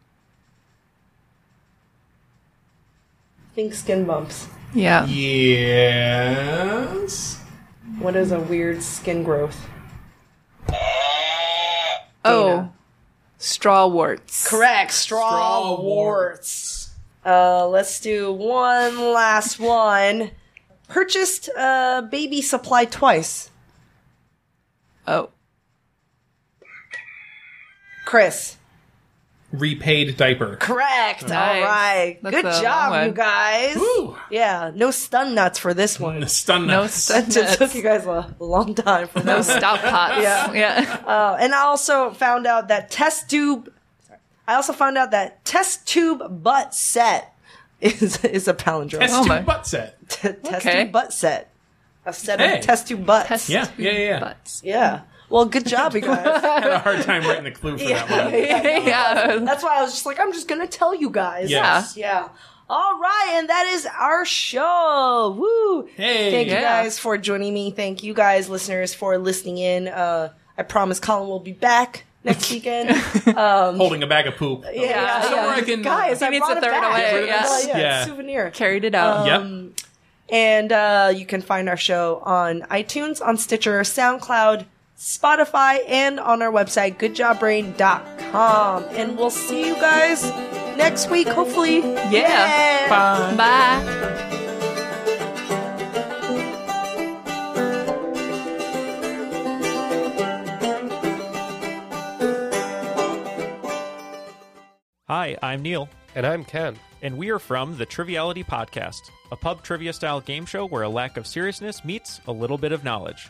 S1: Think skin bumps.
S2: Yeah.
S3: Yes.
S1: What is a weird skin growth?
S2: Oh, straw warts.
S1: Correct. Straw,
S3: Straw
S1: warts. Uh, let's do one last one. Purchased uh, baby supply twice.
S2: Oh,
S1: Chris.
S3: Repaid diaper.
S1: Correct. All
S2: Nice.
S1: right.
S2: That's a
S1: Good
S2: long
S1: job,
S2: one.
S1: you guys.
S3: Woo.
S1: Yeah. No stun nuts for this one.
S3: Stun
S2: no,
S3: nuts.
S2: stun
S1: It took
S2: nuts.
S1: you guys a long time for
S2: no
S1: that.
S2: stop pots.
S1: Yeah.
S2: yeah.
S1: Uh, and I also found out that test tube. Sorry. I also found out that test tube butt set is is a palindrome.
S3: That's
S2: Oh
S3: two
S2: my.
S3: butt set.
S1: T- test
S2: okay.
S1: tube butt set. A set
S3: Hey.
S1: of test tube butts.
S2: Test
S3: Yeah, yeah, yeah, yeah.
S2: Butts.
S1: Yeah. Well, good job, you guys.
S3: I had a hard time writing the clue for that one.
S2: yeah.
S1: That's why I was just like, I'm just gonna tell you guys.
S3: Yes.
S1: Yeah. All right, and that is our show. Woo!
S3: Hey.
S1: Thank you
S2: Yeah.
S1: guys for joining me. Thank you guys, listeners, for listening in. Uh, I promise Colin will be back next weekend.
S3: Holding a bag of poop.
S1: yeah,
S3: Somewhere I can-
S1: guys, I
S2: needs
S1: brought
S2: a
S1: it
S2: third
S1: back.
S2: away,
S1: Get rid of
S2: yeah.
S1: this. yeah,
S3: Yeah.
S1: souvenir.
S2: Carried it out.
S3: Yep.
S1: And uh, you can find our show on iTunes, on Stitcher, SoundCloud, Spotify, and on our website, goodjobbrain.com. And we'll see you guys next week, hopefully.
S2: Yeah.
S1: Yay!
S2: Bye.
S7: Hi, I'm Neil,
S4: And I'm Ken.
S7: and we are from the Triviality Podcast, a pub trivia style game show where a lack of seriousness meets a little bit of knowledge.